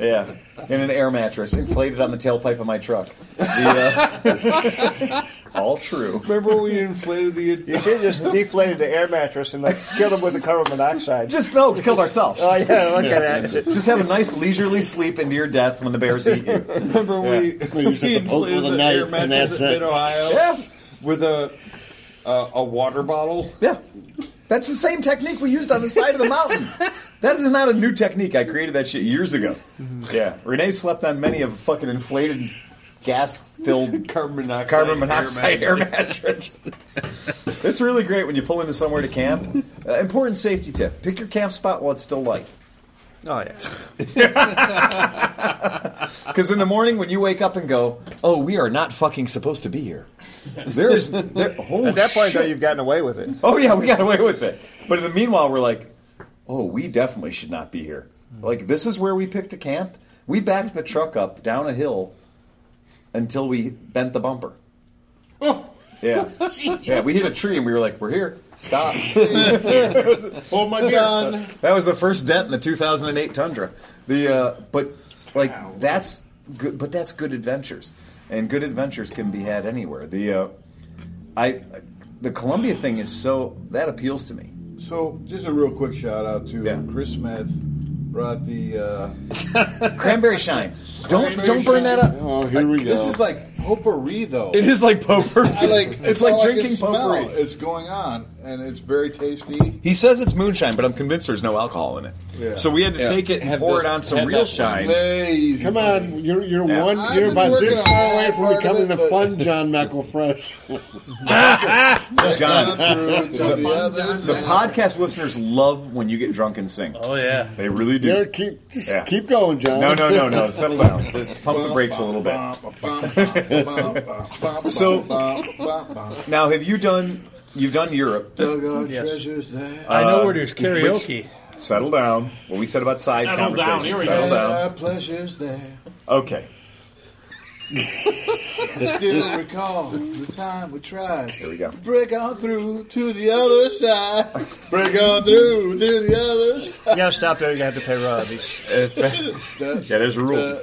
B: Yeah, in an air mattress inflated on the tailpipe of my truck. The, uh, [laughs] All true.
O: Remember we inflated the.
G: [laughs] You should just deflated the air mattress and like killed them with the carbon monoxide.
B: Just no, killed ourselves.
G: Oh [laughs] yeah, look at that.
B: Just have a nice leisurely sleep into your death when the bears eat you.
H: Remember we,
B: Yeah.
H: [laughs] we inflated the air
B: and
H: mattress
B: that's
H: at
B: it.
H: Mid Ohio
B: Yeah.
H: with a uh, a water bottle.
B: Yeah, that's the same technique we used on the side of the mountain. That is not a new technique. I created that shit years ago. Yeah, Renee slept on many of a fucking inflated gas-filled
H: carbon monoxide,
B: carbon monoxide
H: air
B: air mattress. it's really great when you pull into somewhere to camp. Uh, important safety tip: pick your camp spot while it's still light.
G: Oh yeah.
B: Because in the morning when you wake up and go, "Oh, we are not fucking supposed to be here." There's there, oh,
G: At that point, though,
B: shit.
G: you've gotten away with it.
B: Oh yeah, we got away with it. But in the meanwhile, we're like, oh, we definitely should not be here. Like this is where we picked a camp. We backed the truck up down a hill until we bent the bumper. Yeah, yeah. We hit a tree and we were like, we're here. Stop.
E: Hold my beer.
B: That was the first dent in the 2008 Tundra. The uh, but like that's good, but that's good adventures, and good adventures can be had anywhere. The uh, I the Columbia thing is so that appeals to me.
F: So, just a real quick shout out to Chris Metz. Brought the uh,
B: cranberry shine. Don't
F: Cranberry
B: don't burn that up.
D: Oh, here we go.
F: This is like potpourri, though.
B: It is like potpourri.
F: I like
B: It's
F: it's
B: like
F: all I can
B: drinking
F: smell.
B: potpourri.
F: It's going on, and it's very tasty.
B: [laughs] He says it's moonshine, but I'm convinced there's no alcohol in it.
F: Yeah.
B: So we had to
F: Yeah.
B: take it and
F: Have
B: pour
F: this-
B: it on some
F: have
B: real [laughs]
F: that
B: shine.
F: Lazy
D: Come on, you're you're
B: Yeah.
D: one
B: I've
D: you're
B: been
D: about
F: working
D: this
F: on
D: far
F: that
D: away from
F: part of
D: becoming
F: it,
D: the
F: but-
D: fun John
B: [laughs]
D: McElfresh.
B: John,
F: through to
B: the,
F: the other
B: the podcast listeners love when you get drunk and sing. Oh yeah, they really do.
D: You're- keep just
B: Yeah.
D: keep going, John.
B: No, no,
D: [laughs]
B: no, no. Settle down. Just pump the brakes a little bit.
F: so
B: Now, have you done? You've done Europe.
F: Dug our treasures there.
I: I know
B: Uh,
I: where there's karaoke.
B: which- settle down. What we said about side
I: Settle down,
B: conversations.
I: here we
B: settle
F: Dug
B: down.
F: our pleasures there.
B: Okay.
F: I still recall the time we tried. Here
B: we go.
F: Break on through to the other side. Break on through to the other side.
G: You gotta stop there. You have to pay royalties.
B: yeah, there's a rule.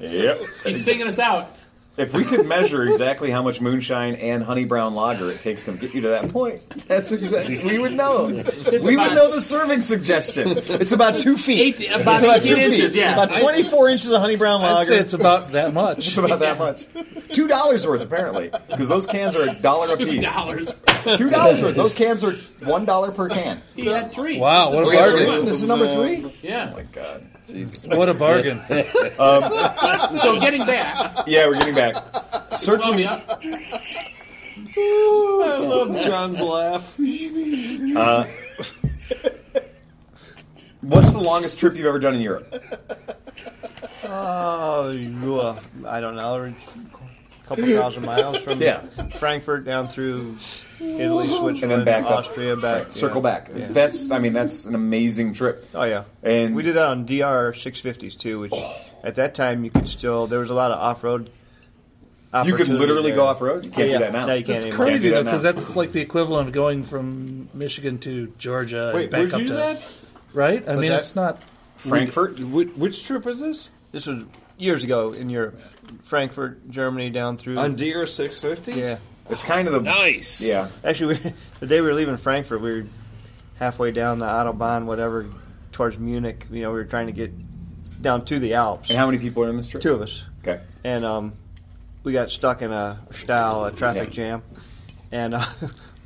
B: yep.
E: He's singing us out.
B: If we could measure exactly how much moonshine and honey brown lager it takes to get you to that point, that's exactly we would know. we would
E: about-
B: know the serving suggestion. It's about two feet.
E: Eight- about
B: it's about
E: 18
B: two
E: inches,
B: feet.
E: yeah.
B: About
E: I-
B: twenty-four inches of honey brown lager.
I: say it's about that much.
B: it's about that much. Two dollars worth apparently, because those cans are a dollar a piece.
E: dollars.
B: Two dollars worth. Those cans are one dollar per can.
E: He had three.
I: Wow,
E: This is
I: what a
E: number
I: bargain.
E: one.
B: This is number three.
E: Yeah.
B: Oh my god, Jesus!
I: What a bargain.
E: So getting back,
B: Yeah, we're getting back. Circling,
E: Columbia.
H: I love John's laugh.
B: Uh, what's the longest trip you've ever done in Europe?
G: [laughs] Oh, you, uh, I don't know, a couple thousand miles from
B: Yeah.
G: Frankfurt down through Italy, Switzerland,
B: And then back up.
G: Austria, back,
B: Circle
G: yeah.
B: back.
G: Yeah.
B: That's I mean that's an amazing trip.
G: Oh yeah,
B: And
G: we did that on DR 650s too, which at that time you could still there was a lot of off road.
B: you could literally go off road. You can't do that now.
G: Oh, No, you can't.
I: It's
G: anymore.
B: Can't do
I: crazy though,
B: that
I: because
B: now.
I: that's like the equivalent of going from Michigan to Georgia and
H: Wait,
I: back
H: where'd
I: up
H: you
I: to
H: do that?
I: right. I
G: But
I: mean,
G: that-
I: it's not.
B: Frankfurt.
H: Which, which trip is this?
G: This was years ago in Europe, Frankfurt, Germany, down through.
H: On DR 650s?
G: yeah,
B: It's kind of the
H: Nice.
B: yeah.
G: actually, we, [laughs] the day we were leaving Frankfurt, we were halfway down the autobahn, whatever, towards Munich. You know, we were trying to get down to the Alps.
B: And how many people are in this trip?
G: Two of us.
B: Okay.
G: and um, we got stuck in a style, a traffic
B: Yeah.
G: jam, and [laughs] uh,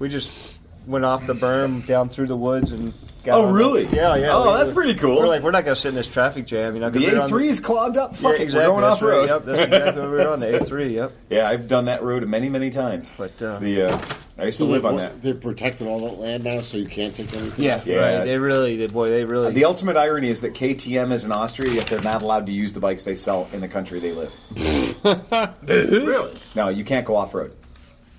G: we just went off the berm down through the woods and. Got
B: Oh,
G: on the-
B: really?
G: yeah, yeah.
B: Oh,
G: we
B: that's
G: were-
B: pretty cool.
G: We're like, we're not gonna sit in this traffic jam, you know. 'cause
B: The
G: we were on
B: A three is clogged up.
G: Yeah,
B: Fuck it,
G: exactly.
B: we're going off
G: that's right.
B: road.
G: Yep, that's exactly what we were on the A three. Yep.
B: Yeah, I've done that road many many times.
G: But, uh,
B: the uh, I used to live on that.
D: They protected all that land now, so you can't take anything. off.
B: [laughs] Yeah.
G: Right. They really, they, boy, they really.
B: The ultimate irony is that KTM is in Austria, yet they're not allowed to use the bikes they sell in the country they live.
E: really?
B: No, you can't go off road.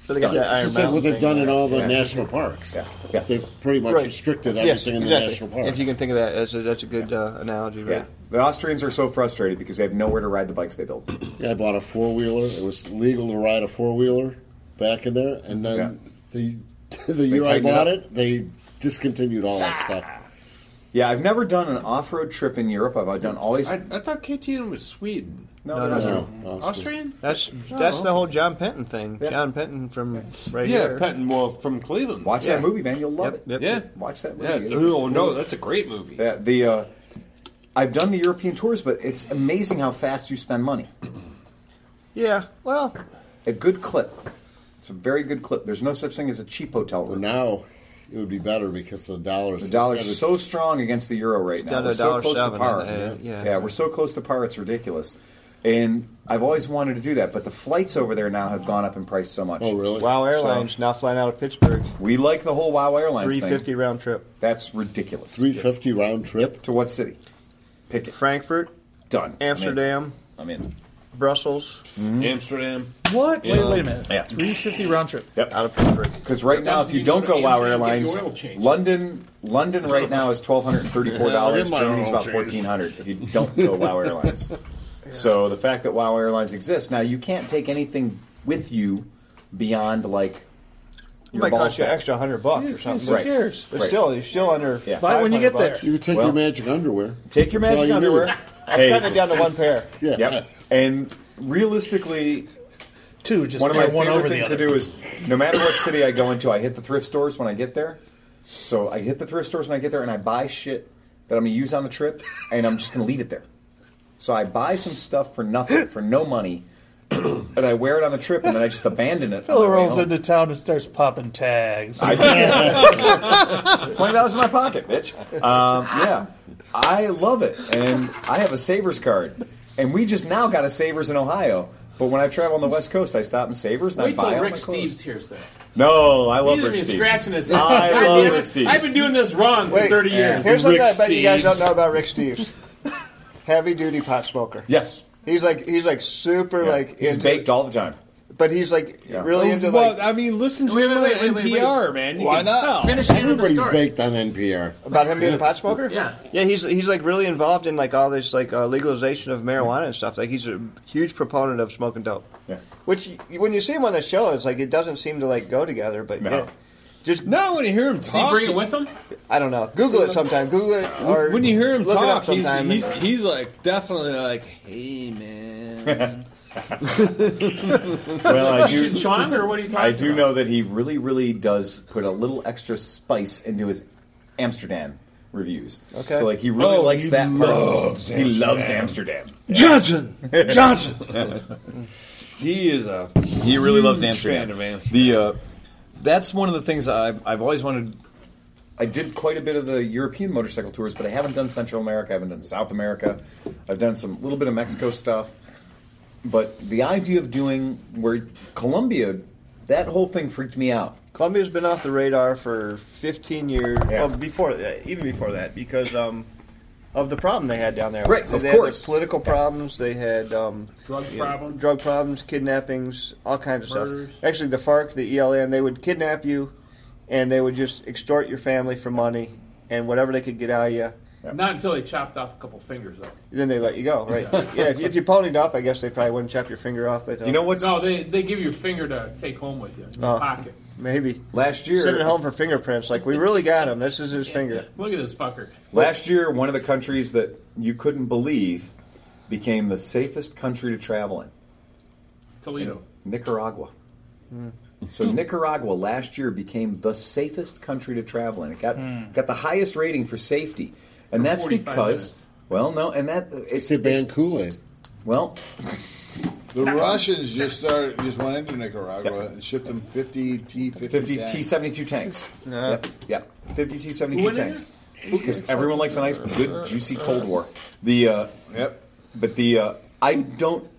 G: so they got that Iron
D: It's like what
G: Mountain
D: they've
G: thing,
D: done in
G: right?
D: all the
B: Yeah.
D: national parks.
B: Yeah, yeah.
D: They've pretty much
G: Right.
D: restricted
G: Yes,
D: everything in the
G: exactly.
D: national parks.
G: If you can think of that, that's a, that's a good uh, analogy, right?
B: Yeah. The Austrians are so frustrated because they have nowhere to ride the bikes they build.
D: Yeah, I bought a four wheeler. It was legal to ride a four wheeler back in there, and then the [laughs] the year I
B: tightened it
D: bought
B: up.
D: it, they discontinued all that stuff.
B: Yeah, I've never done an off-road trip in Europe. I've done always.
H: I, I thought KTM was Sweden.
B: No,
G: no,
B: that's
G: no.
B: true.
H: Austrian?
G: That's
H: Oh,
G: that's
H: okay.
G: the whole John Penton thing. John Penton from right
H: yeah,
G: here.
H: Patton Wolf from Cleveland.
B: Watch that movie, man. You'll love it.
G: Yep, yep.
B: Yeah, watch that
H: Yeah,
B: movie. It's-
H: oh no, that's a great movie.
B: Yeah, the uh, I've done the European tours, but it's amazing how fast you spend money.
G: Yeah. Well,
B: A good clip. It's a very good clip. There's no such thing as a cheap hotel room.
D: now it would be better because the dollar's
B: The dollar's
D: and it's-
B: so strong against the euro right now.
G: down to
B: We're so
G: $1.07
B: close to par.
G: and, uh, yeah.
B: we're so close to par. It's ridiculous. And I've always wanted to do that, but the flights over there now have gone up in price so much.
G: Oh, really? Wow Airlines now flying out of Pittsburgh.
B: We like the whole Wow Airlines
G: Three fifty
B: thing.
G: round trip.
B: That's ridiculous.
D: Three fifty round trip
B: to what city? Pick it.
G: Frankfurt,
B: Done.
G: Amsterdam,
B: I'm in.
G: Brussels.
H: Amsterdam.
I: What? Wait,
B: Yeah.
I: wait a minute.
B: Yeah.
I: 350 round trip.
B: Yep.
G: Out of Pittsburgh.
B: Because right now, if you don't go Wow Airlines, London London right now is twelve hundred and thirty four dollars.
D: Yeah, I get my
B: Germany's
D: oil
B: about
D: change.
B: fourteen hundred. If you don't go
G: [laughs]
B: Wow Airlines, so the fact that Wow Airlines exists now, you can't take anything with you beyond like
G: It
B: your
G: might
B: ball
G: cost you
B: sack.
G: an extra hundred bucks or something.
B: Right.
G: Who cares? But
B: Right.
G: still, you're still under.
B: Yeah.
G: Buy when you get there.
D: You would take
B: Well-
D: your magic underwear.
B: Take your
D: That's all
B: magic
D: you
G: [laughs]
D: need.
B: underwear.
G: I've
B: Hey.
G: cut it down to one pair.
D: Yeah.
B: Yep. And realistically,
I: Two, just
B: one of my
I: pair one
B: favorite
I: over the
B: things to
I: other.
B: do is no matter what city I go into, I hit the thrift stores when I get there. So I hit the thrift stores when I get there, and I buy shit that I'm gonna use on the trip, and I'm just gonna leave it there. So I buy some stuff for nothing, for no money, and I wear it on the trip, and then I just abandon it. on
I: Phil
B: my way
I: rolls
B: home.
I: into town and starts popping tags.
B: [laughs] Twenty dollars in my pocket, bitch. Um, yeah, I love it, and I have a Savers card, and we just now got a Savers in Ohio. But when I travel on the West Coast, I stop in Savers and
E: Wait
B: I buy
E: till
B: all
E: Rick
B: my
E: Steves
B: clothes.
E: hears this.
B: No, I love
E: He's gonna
B: Rick
E: be
B: Steves.
E: scratching his head.
B: I
E: God
B: love
E: damn it.
B: Rick Steves.
E: I've been doing this wrong for 30 years.
G: Here's something I
H: Rick
G: bet you guys don't
H: Steves.
G: know about Rick Steves. Heavy duty pot smoker.
B: Yes,
G: He's like he's like super
B: Yeah.
G: like
B: he's
G: into,
B: baked all the time.
G: but he's like really
H: Oh,
G: into
H: well,
G: like
H: I mean, listen to
E: Wait,
H: him
E: wait,
H: on
E: wait, wait, wait, wait.
H: NPR, man. You
D: Why
H: can
D: not?
H: tell.
E: Finish handling the
D: Everybody's
E: story.
D: baked on NPR.
G: about him being a pot smoker.
E: Yeah.
G: yeah. He's he's like really involved in like all this like uh, legalization of marijuana and stuff. Like he's a huge proponent of smoking dope.
B: Yeah.
G: Which y- when you see him on the show, it's like it doesn't seem to like go together. But
B: No.
G: yeah, just
H: No, when you hear him
E: Does he
H: talk,
E: bring it with him?
G: I don't know. Google it sometime. Google it or
P: when you hear him
G: look it up
P: talk, he's,
G: sometime.
P: he's, he's like definitely like, hey man.
B: Well, I
E: Cheech
B: do.
E: and Chong, or what are you talking
B: I do
E: about?
B: know that he really, really does put a little extra spice into his Amsterdam reviews.
G: Okay.
B: So like he really
P: Oh,
B: likes
P: he
B: that. part.
P: loves
B: He loves Amsterdam.
P: Johnson, Johnson.
H: he is a
Q: He really loves
H: huge
Q: Amsterdam.
H: fan of Amsterdam.
Q: The uh, that's one of the things I've, I've always wanted.
B: I did quite a bit of the European motorcycle tours, but I haven't done Central America. I haven't done South America. I've done some little bit of Mexico stuff. But the idea of doing where Colombia, that whole thing freaked me out.
G: Columbia's been off the radar for 15 years.
B: Yeah.
G: Well, before that, even before that, because um, of the problem they had down there.
B: Right,
G: they
B: of
G: had the
B: course.
G: political problems. They had um,
E: Drug
G: you know,
E: problems.
G: drug problems, kidnappings, all kinds of
E: Murders.
G: stuff. Actually, the FARC, the E ELN, they would kidnap you, and they would just extort your family for money and whatever they could get out of you.
E: Not until he chopped off a couple fingers, though.
G: Then they let you go,
B: [laughs]
G: right? Yeah, if, if you ponied up, I guess they probably wouldn't chop your finger off. But uh,
B: You know what's
E: No, they, they give you a finger to take home with you in your
G: Oh.
E: pocket.
G: maybe
B: last year?
G: send it home for fingerprints. Like we really got him. This is his finger.
E: Look at this fucker.
B: Last year, one of the countries that you couldn't believe became the safest country to travel in
E: Toledo.
B: Nicaragua.
F: Hmm. [laughs]
B: So Nicaragua last year became the safest country to travel in. It got
F: Hmm.
B: got the highest rating for safety, and
E: For
B: that's
E: 45
B: because
E: minutes.
B: well, no, and that it's,
D: They ban
B: it's
D: Kool Aid.
B: well,
F: The Russians just started, just went into Nicaragua and shipped them 50 T 50
B: fifty
F: tanks.
B: T seventy two tanks.
G: Nah.
B: Yep, yep, fifty T seventy
E: Who
B: two
E: went in
B: tanks. Because everyone likes a nice, good, juicy Cold War. The uh,
F: Yep.
B: but the uh, I don't.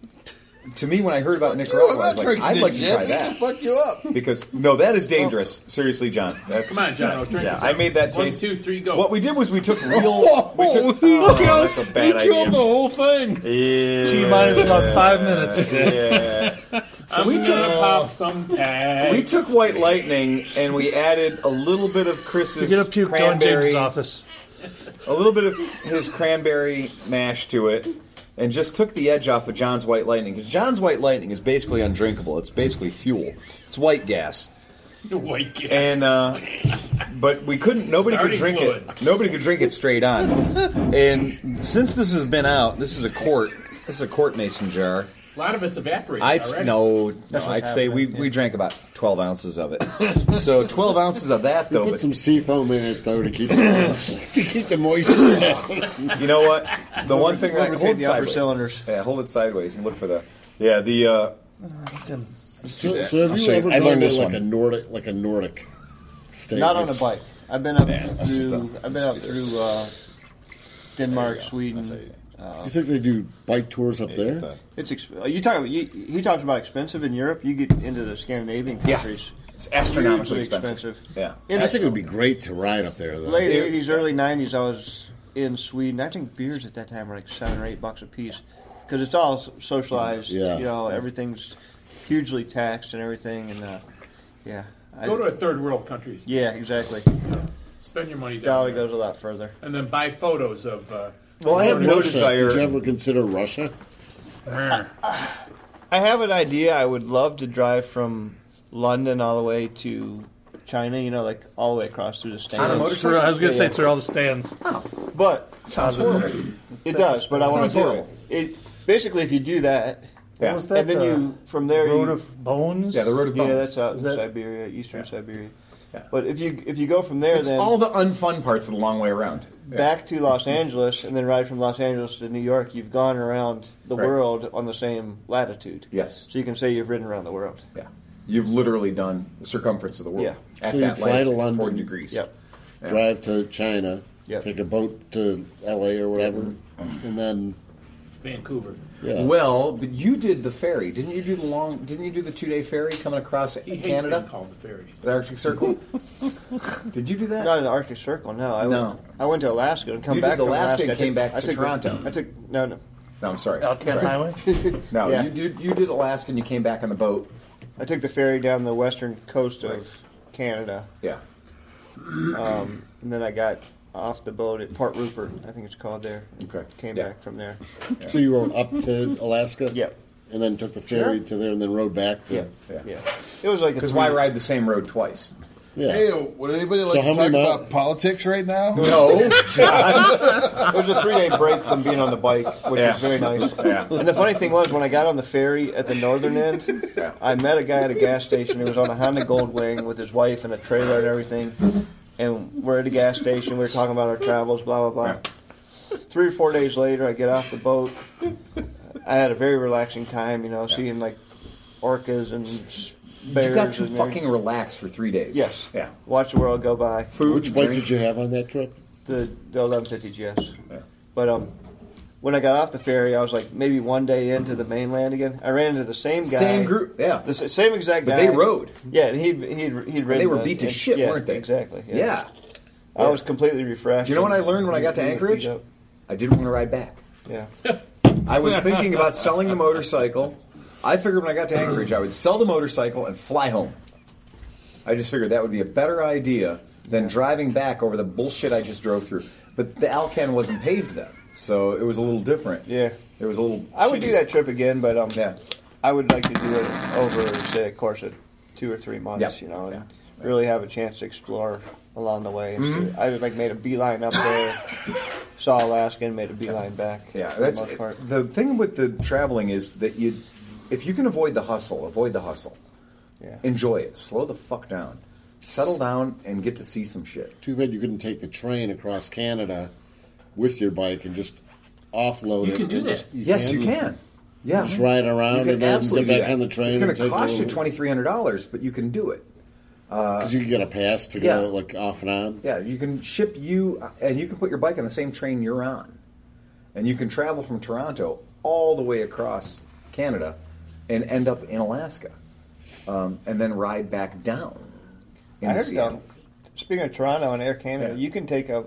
B: To me, when I heard about
F: You
B: Nicaragua,
F: are
B: I was
F: not
B: like,
F: drinking
B: I'd
F: this
B: like to
F: shit.
B: try
F: This will
B: that.
F: Fuck you up.
B: because no, that is dangerous. Seriously, John. That's-
E: Come on, John. drink
B: Yeah,
E: it.
B: I made that
E: One,
B: taste.
E: two, three, go.
B: What we did was we
E: [laughs]
B: took real. we took, oh, that's a bad
P: he killed the
B: idea.
P: whole thing.
B: Yeah.
I: T minus about
B: [laughs]
I: five minutes.
B: Yeah.
E: [laughs]
B: So we took
E: pop some tags.
B: we took White Lightning and we added a little bit of Chris's
I: You're gonna puke. Go in
B: cranberry,
I: James' office.
B: a little bit of his cranberry mash to it, and just took the edge off of John's White Lightning because John's White Lightning is basically undrinkable. It's basically fuel. It's white gas.
E: [laughs] White kids.
B: and uh, but we couldn't. Nobody could
E: Starting
B: drink it.
E: fluid.
B: Nobody could drink it straight on. And since this has been out, this is a quart. This is a quart mason jar.
E: a lot of it's evaporated.
B: I'd
E: already.
B: no, no
E: That's what's
B: I'd say we,
E: happening,
B: we drank about twelve ounces of it. so twelve ounces of that though.
D: put
B: but-
D: some seafoam in it though to keep to keep
B: [laughs]
D: the [laughs] moisture down.
B: you know what? The one thing that
D: Lubricate
B: hold
D: the upper
B: sideways. cylinders. Yeah, hold it sideways and look for the. Yeah, the. Uh,
D: So, so have
B: I'll
D: you
B: show you.
D: ever
B: I learned
D: gone to
B: this
D: like
B: one.
D: a Nordic, like a Nordic state?
G: Not on a
D: that's-
G: bike. I've been up
D: let's
G: through.
D: stop.
G: I've been
D: Let's
G: up
D: do this.
G: through uh, Denmark, Sweden.
D: You think they do bike tours up there?
G: It's ex- uh, you talk. You, he talks about expensive in Europe. You get into the Scandinavian
D: Yeah.
G: countries.
B: It's
D: astronomically
G: Hugely
D: expensive.
B: Yeah,
G: In
D: I
G: the
D: think it would be great to ride up there. Though.
G: late eighties, early nineties, I was in Sweden. I think beers at that time were like seven or eight bucks a piece because it's all s- socialized.
D: Yeah.
G: you know everything's hugely taxed and everything, and uh, yeah. I-
E: Go to a third world countries.
G: Yeah, exactly.
E: Spend your money down
G: Dollar
E: there.
G: goes a lot further.
E: And then buy photos of. Uh,
D: Russia. Did you ever consider Russia?
G: I have an idea. I would love to drive from London all the way to China. You know, like all the way across through the stands.
I: Through- I was gonna say through all the stands.
G: But
I: Sounds horrible.
G: It does, but I want
I: Sounds
G: to do it.
I: horrible.
G: it. Basically, if you do that,
I: What was that, uh,
G: and then
I: the
G: you from there
I: Road
G: you,
I: of Bones? Yeah, the Road of
G: Yeah,
I: Bones.
G: that's out
I: Is
G: in
I: that-
G: Siberia, eastern Siberia. But if you if you go from there,
B: it's
G: then
B: all the unfun parts of the long way around.
G: back to Los Angeles, and then ride from Los Angeles to New York, you've gone around the
B: Right.
G: world on the same latitude.
B: Yes.
G: So you can say you've ridden around the world.
B: Yeah. You've literally done the circumference of the world.
G: Yeah.
B: At
D: so you
B: that
D: fly to
B: latitude,
D: London,
B: 40 degrees.
D: drive to China, take a boat to L.A. or whatever, and then
E: Vancouver.
D: yeah.
B: Well, but you did the ferry, didn't you? Do the long? Didn't you do the two-day ferry coming across
E: He hates
B: Canada?
E: being called the ferry.
B: The Arctic
G: [laughs]
B: Circle. Did you do that?
G: Not in the Arctic Circle. No. I
B: No.
G: Went, I went to Alaska and come
B: You did
G: back.
B: the
G: from
B: Alaska
G: Alaska
B: and
G: I
B: came
G: took-
B: back to
G: I took the-
B: Toronto.
G: I took no no.
B: No, I'm sorry.
G: Sorry.
B: Sorry. No,
G: Yeah.
B: you did. You did Alaska, and you came back on the boat.
G: I took the ferry down the western coast of Canada.
B: Yeah.
G: Um, and then I got off the boat at Port Rupert, I think it's called there. and
B: Okay.
G: Came
B: Yeah.
G: back from there.
D: So you rode up to Alaska?
G: Yep.
D: And then took the ferry
G: Sure.
D: to there and then rode back to.
G: Yeah. Yeah. It was like a
B: Because why
G: three-
B: ride the same road twice?
D: Yeah.
G: oh,
F: Hey, uh, would anybody like
D: So how
F: to talk
D: many mi-
F: about politics right now?
B: No,
G: it was a three day break from being on the bike, which
B: Yeah.
G: was very nice.
B: [laughs]
G: [laughs]
B: Yeah.
G: And the funny thing was, when I got on the ferry at the northern end, I met a guy at a gas station who was on a Honda Goldwing with his wife and a trailer and everything. And we're at a gas station, we were talking about our travels, blah, blah, blah. Three or four days later, I get off the boat. I had a very relaxing time, you know, seeing like orcas and bears.
B: you got to
G: and everything.
B: fucking relax for three days.
G: Yes.
B: Yeah.
G: Watch the world go by.
D: Which bike did you have on that trip?
G: The the eleven fifty GS. But um, when I got off the ferry, I was like maybe one day into the mainland again. I ran into the same guy,
B: Same group, yeah.
G: the s- same exact
B: But
G: guy.
B: they rode.
G: Yeah, and he'd he'd he'd ridden.
B: They were
G: the-
B: beat to
G: and-
B: shit,
G: yeah,
B: weren't they?
G: Exactly. Yeah.
B: Yeah.
G: I was completely refreshed.
B: Do you know what I
G: and-
B: learned when I got to
G: and-
B: Anchorage?
G: and-
B: I didn't want to ride back.
G: Yeah.
B: I
G: [laughs]
B: was thinking about selling the motorcycle. I figured when I got to Anchorage, I would sell the motorcycle and fly home. I just figured that would be a better idea than driving back over the bullshit I just drove through. But the Alcan wasn't paved then, so it was a little different.
G: Yeah.
B: It was a little.
G: I would
B: shitty.
G: do that trip again, but um, I would like to do it over, say, a course of two or three months,
B: Yep.
G: you know, and really have a chance to explore along the way. And so
B: Mhm.
G: I would like made a beeline up there, saw Alaska, and made a beeline back.
B: Yeah,
G: for the
B: that's
G: most part.
B: the thing with the traveling is that you, if you can avoid the hustle, avoid the hustle.
G: Yeah.
B: Enjoy it. Slow the fuck down. Settle down and get to see some shit.
D: Too bad you couldn't take the train across Canada with your bike and just offload
B: You
D: it.
B: can do
D: and
B: that.
D: just-
B: Yes, you can. Yeah,
D: Just ride around
B: You can
D: and then
B: absolutely
D: get
B: do
D: back
B: that.
D: on the train
B: It's going
D: and
B: to
D: take
B: cost
D: a
B: you
D: little-
B: twenty three hundred dollars, but you can do it.
D: Because you can get a pass to
B: yeah.
D: go like off and on.
B: Yeah, you can ship you, and you can put your bike on the same train you're on, and you can travel from Toronto all the way across Canada, and end up in Alaska, um, and then ride back down.
G: I heard
B: Seattle.
G: um, speaking of Toronto and Air Canada, you can take a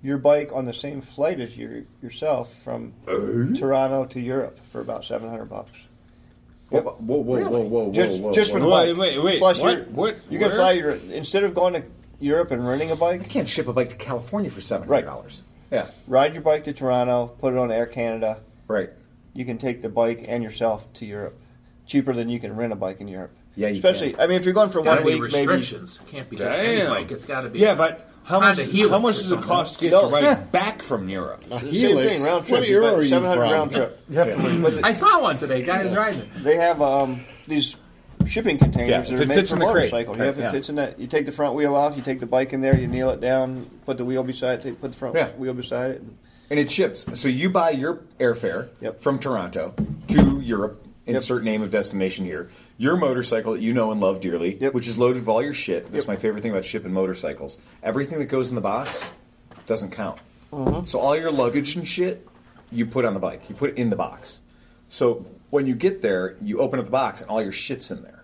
G: your bike on the same flight as your yourself from
B: Oh.
G: Toronto to Europe for about seven hundred bucks.
B: Whoa, whoa, whoa, whoa, whoa, whoa,
G: Just,
B: whoa,
G: just for the
B: whoa.
G: bike.
B: Wait, wait, wait.
G: Plus
B: What?
G: your-
B: What?
G: You can
B: Where?
G: fly your instead of going to Europe and renting a bike. You
B: can't ship a bike to California for seven hundred dollars. Yeah.
G: Ride your bike to Toronto, put it on Air Canada.
B: Right.
G: You can take the bike and yourself to Europe. Cheaper than you can rent a bike in Europe.
H: Yeah, you
G: Especially, I mean, if you're going for
E: It's gotta
G: one
E: be
G: week,
E: restrictions.
G: maybe
E: Can't be just any Damn. bike. It's gotta be
R: Yeah,
E: a
R: but how
E: Honda
R: much?
E: Helix
R: How much
E: or
R: does it
E: something.
R: cost to get
E: No.
R: your ride back from Europe?
G: Helix? Same thing, round trip.
R: What
G: You
R: era
G: bet
R: are you
G: 700
R: from?
G: round trip. You have to leave. But the-
E: I saw one today. Guy was riding it.
G: They have um, these shipping
E: Yeah,
G: containers
E: if
G: that are
E: it
G: made
E: fits
G: for
E: in the crate.
G: motorcycles. Yeah, if it
E: Yeah.
G: fits in that, you take the front wheel off, you take the bike in there, you kneel it down, put the wheel beside it, take- put the front
H: Yeah.
G: wheel beside it.
H: And it ships. So you buy your airfare from Toronto to Europe, insert name of destination here. Your motorcycle that you know and love dearly, which is loaded with all your shit. That's my favorite thing about shipping motorcycles. Everything that goes in the box doesn't count. So all your luggage and shit, you put on the bike. You put it in the box. So when you get there, you open up the box and all your shit's in there.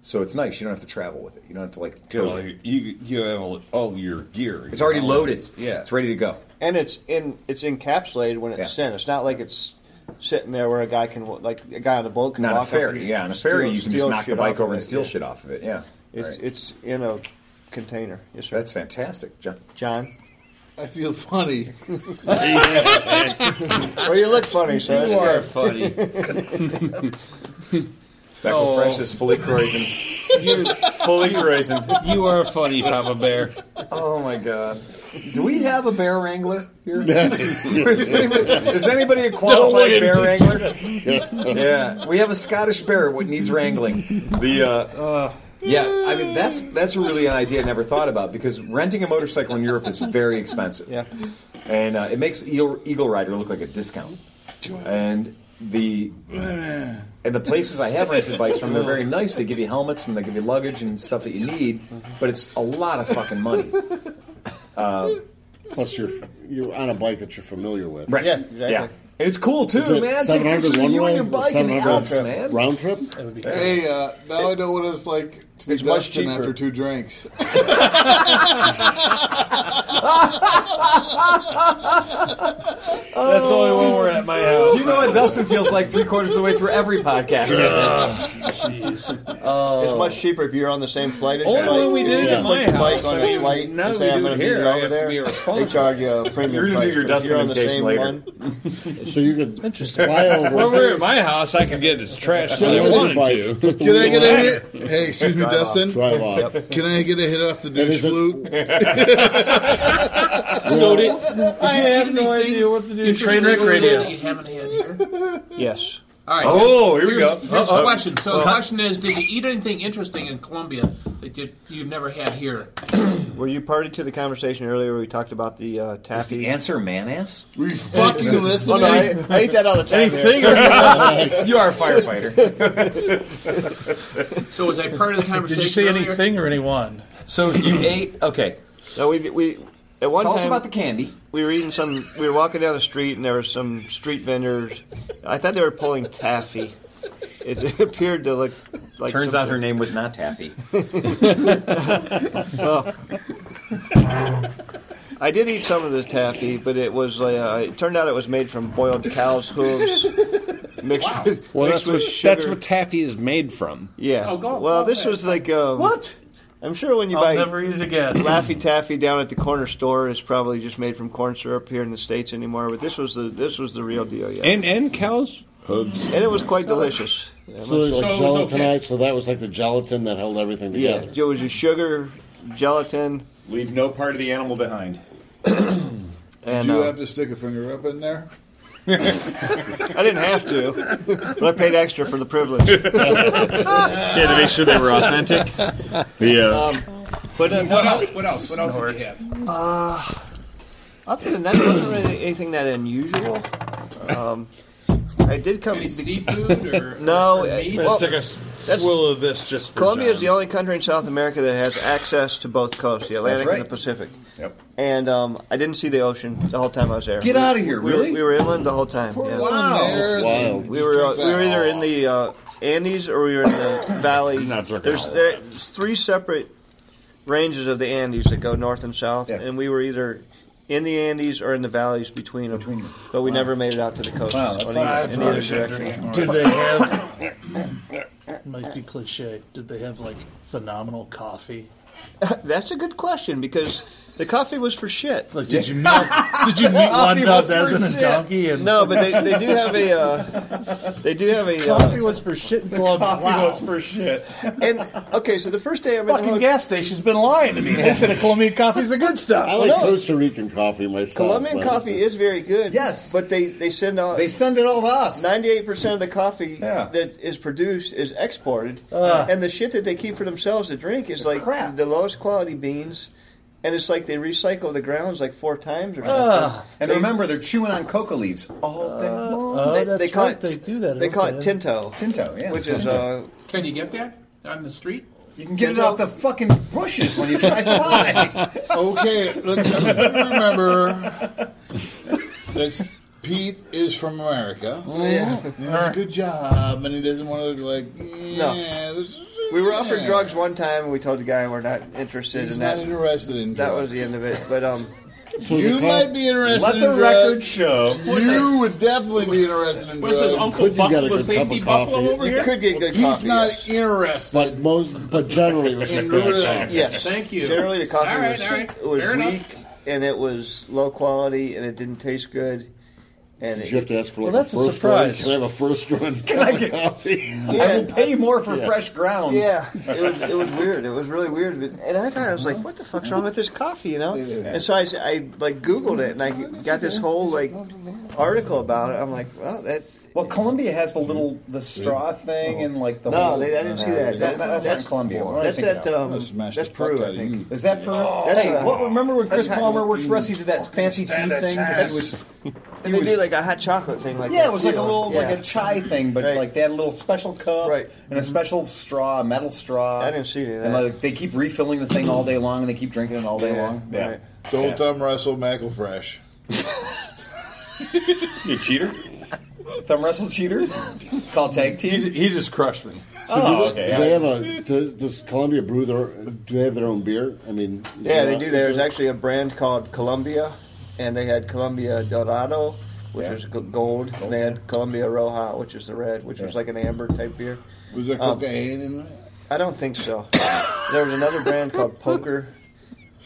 H: So it's nice. You don't have to travel with it. You don't have to like tote
J: Well,
H: it.
J: you you have all, all your gear.
H: It's already
J: All
H: loaded.
J: of it.
H: Yeah, it's ready to go.
G: And it's in it's encapsulated when it's
H: Yeah.
G: sent. It's not like it's sitting there where a guy can wa- like a guy on a boat can
H: Not
G: walk
H: a
G: up
H: ferry.
G: and
H: Yeah, on a
G: steal-
H: ferry you can just
G: steal
H: knock the
G: shit
H: bike
G: off
H: over
G: of
H: and
G: it,
H: steal
G: yeah.
H: shit off of it. Yeah,
G: It's
H: Right.
G: it's in a container. Yes, sir.
H: That's fantastic, John.
G: John.
F: I feel funny.
G: well, you look funny, so
F: You are
G: that's
F: funny.
G: good.
H: Back
L: Oh.
H: with Fresh is fully croisened. you fully croisened.
L: You are funny, Papa Bear.
H: Oh my god. Do we have a bear wrangler here? is, anybody, is anybody a qualified
L: Don't
H: bear
L: win.
H: wrangler? yeah, we have a Scottish bear. What needs wrangling? The uh, yeah, I mean that's that's really an idea I never thought about because renting a motorcycle in Europe is very expensive. Yeah, and uh, it makes Eagle, Eagle Rider look like a discount. And [sighs] the and the places I have rented bikes from, they're very nice. They give you helmets and they give you luggage and stuff that you need, but it's a lot of fucking money. Uh,
D: Plus, you're f- you're on a bike that you're familiar
H: [laughs]
D: with.
H: Right. Yeah, exactly. Yeah. And it's cool too,
D: Is it
H: man. Take
D: 700
H: pictures of
D: one
H: you
D: way
H: and your
D: or
H: bike in the
D: 700
H: Alps,
D: round
H: man.
D: trip? Round trip? That would be great.
F: Hey, uh, now I know what it's like to be
D: It's much
F: Dustin
D: cheaper.
F: after two drinks.
H: That's only when we're at my house. You know what Dustin feels like three quarters of the way through every podcast. Oh.
G: It's much cheaper if you're on the same flight. as
F: Oh,
H: Only
G: your
H: when
G: bike.
H: we did it
G: You
H: at
G: put
H: my
G: your bike
H: house.
G: on
H: I
G: a
H: mean,
G: flight
H: now
G: and
H: that
G: say,
H: we do
G: I'm
H: it
G: gonna meet
H: here,
G: you
H: I
G: over
H: have to
G: there.
H: be
G: They
H: responsible.
G: charge you a premium.
H: You're gonna do
G: price,
H: your
G: but if
H: Dustin
G: you're on the
H: imitation
G: same
H: later.
G: one-
D: So you could
G: [laughs]
D: fly over.
J: When we were at my house, I could get as trash as I wanted to.
F: Can I get a hit? Hey, excuse me,
J: Drive off.
F: Dustin.
J: Drive off.
F: Can I get a hit off the douche flute?
J: So did-
F: I have no idea what the douche
E: Train wreck radio. You haven't had here.
G: Yes.
E: All right.
F: Oh, here we
E: here's-
F: go.
E: Here's
F: Uh-oh.
E: a question. So the
F: Cut.
E: question is, did you eat anything interesting in Colombia that you, you've never had here?
G: Were you party to the conversation earlier where we talked about the uh, taffy? Is the
H: answer man ass?
G: Were you
F: fucking listening?
G: I, I eat that all the time.
F: Anything
G: here.
F: or- You are
H: [laughs]
F: a
E: firefighter. so was I part of the conversation?
K: Did you say
E: earlier?
K: anything or anyone?
H: So [clears throat] you ate. Okay.
G: No, we we at one
K: Tell us
G: time,
K: about the
H: candy.
G: We were eating some. We were walking down the street and there were some street vendors. I thought they were pulling taffy. It [laughs] appeared to look like.
H: Turns out her name was not Taffy.
G: Well, I did eat some of the taffy, but it was uh, it turned out it was made from boiled
E: [laughs]
G: cow's hooves mixed with
J: Well,
G: mixed
J: that's what,
G: with sugar.
J: that's what taffy is made from.
G: Yeah.
J: Oh,
E: go-
G: well,
E: go
G: this
E: there.
G: was like um,
E: What?
G: I'm sure when you
K: I'll
G: buy
K: never eat it again.
G: Laffy Taffy down at the corner store is probably just made from corn syrup here in the states anymore. But this was the this was the real deal. Yeah.
J: And and cows hooves.
G: And it was quite delicious.
D: So like gelatinized, so that was like the gelatin that held everything
G: Yeah,
D: together.
G: it was your sugar, gelatin.
H: Leave no part of the animal behind.
G: and
F: Did you
G: uh,
F: have to stick a finger up in there?
G: I didn't have to, but I paid extra for the privilege. yeah,
H: to make sure they were authentic.
G: Yeah.
E: What,
G: but uh, what
E: else? What else? What else did you have?
G: Uh, other than that, there wasn't really anything that unusual. Um, I did come.
E: Any seafood or
G: [laughs] no?
E: or
G: uh,
E: meat?
G: well, that's-
L: of this just
G: Colombia is the only country in South America that has access to both coasts, the Atlantic
H: right.
G: and the Pacific.
H: Yep.
G: And um, I didn't see the ocean the whole time I was there.
H: Get
G: We-
H: outta here,
G: we were-
H: really?
G: We were inland the whole time. yeah.
H: Wow. there,
G: Wow.
H: then
G: We were uh,
H: drink
G: we
H: that
G: were either in the uh, Andes or we were in the valley. There's
H: all
G: there's three separate ranges of the Andes that go north and south, and we were either in the Andes or in the valleys between them. But we never made it out to the coast.
F: Wow, that's
G: or
F: not
G: the-
F: bad.
G: in
F: I
G: the other
F: probably should've
G: direction.
K: Did they
I: [coughs]
K: have? might be cliche. Did they have like phenomenal coffee?
G: That's a good question because The coffee was for shit.
I: Look, did you meet- did you meet Coffee Juan was Valdez for and his shit. donkey and-
G: no, but they, they do have a uh, they do have a uh,
I: Coffee was for shit in Columbia.
G: coffee was for
I: shit.
G: And okay, so the first day I'm in
I: fucking gas station's been lying to me. They said a Colombian coffee's the good stuff.
D: I like
G: No.
D: Costa Rican coffee myself.
G: Colombian
D: but-
G: coffee is very good. Yes, but they they send all
D: They
G: send it all to us. Ninety eight percent of the coffee that is produced is exported,
F: Ugh.
G: and the shit that they keep for themselves to drink is like the lowest quality beans, and it's like they recycle the grounds like four times or something.
S: and remember, they're chewing on coca leaves all day
H: Uh,
S: long.
G: oh,
S: they,
G: that's
S: they call
G: right,
S: it,
G: they do that
S: They
G: over
S: call it
G: there.
S: Tinto. Tinto, yeah.
G: Which
H: uh,
G: is, uh,
S: Tinto.
E: Can you get that on the street?
S: You can get it off the fucking bushes when you try fly.
F: okay, let's remember that Pete is from America.
G: Oh, Yeah.
F: And he does a good job, and he doesn't want to look like.
G: No.
F: Yeah, this is-
G: We were offered
F: yeah."
G: drugs one time, and we told the guy we're not interested
F: He's
G: in
F: not
G: that.
F: interested in
G: that
F: drugs.
G: was the end of it. But um,
F: you might be interested.
G: Let
F: in
G: the
F: drugs.
G: record show.
F: You would definitely be interested in
G: What's
F: drugs.
G: his Uncle Could you get a Buffalo good cup of Safety Buffalo coffee? over You here? could get good
F: He's
G: coffee,
F: not
E: e-
F: interested.
D: But most, but generally, this is
F: In
D: bad
F: real-
D: coffee.
G: Yes.
E: Thank you.
G: Generally, the coffee
E: All right,
G: was,
E: all right.
G: it was
E: Fair enough.
G: weak and it was low quality and it didn't taste good. And
D: Did
G: it-
D: you have to ask for like
G: Well,
D: a
G: that's a
D: first run?
G: surprise.
D: Can I have a first run
G: Can I
D: cup of
G: get-
D: coffee?
G: Yeah.
D: Yeah.
G: Yeah, it was, it was weird. It was really weird. But- And I thought I was like, "What the fuck's wrong with this coffee?" You know. And so I, s- I, like Googled it and I got this whole like article about it. I'm like, "Well, that."
S: Well, Columbia has the little the straw thing and like the
G: No,
S: whole,
G: they- I didn't see that.
S: Is that,
G: That-
S: that's, not in
G: that's-
S: Columbia. What am I
G: that's
S: thinking
G: that,
S: of?
G: um, Smash that's the fuck Peru, out I of think. you.
S: Is that Peru?
G: That's
S: hey,
G: what I-
S: what, remember when Chris
G: that's-
S: Palmer worked for us? He did that fancy tea
G: Stand
S: thing.
G: at
S: 'Cause
G: times.
S: he was,
G: And they do like a hot chocolate thing, like
S: yeah,
G: that,
S: it was like
G: too.
S: a little
G: Yeah. Mm-hmm.
S: like a chai thing, but like they had a little special cup and a special straw, a metal straw. I didn't
G: see that.
S: And like they keep refilling the thing all day long, and they keep drinking it all day long. Yeah.
F: Don't
S: Yeah.
F: thumb wrestle Macklefresh.
S: You cheater? Thumb wrestle
G: [laughs]
S: cheater? Call tag team? He, just crushed me.
D: So
G: Oh,
D: do they, do they have a? Do, does Columbia brew their? Do they have their own beer? I mean, is
G: Yeah,
D: there
G: they
D: a-
G: do.
D: is
G: There's actually a brand called Columbia, and they had Columbia Dorado, which
D: Yeah.
G: is g- gold, and they had Columbia Roja, which is the red, which was like an amber type beer.
F: Was there
G: Um,
F: cocaine in that?
G: I don't think so. there was another brand called Poker,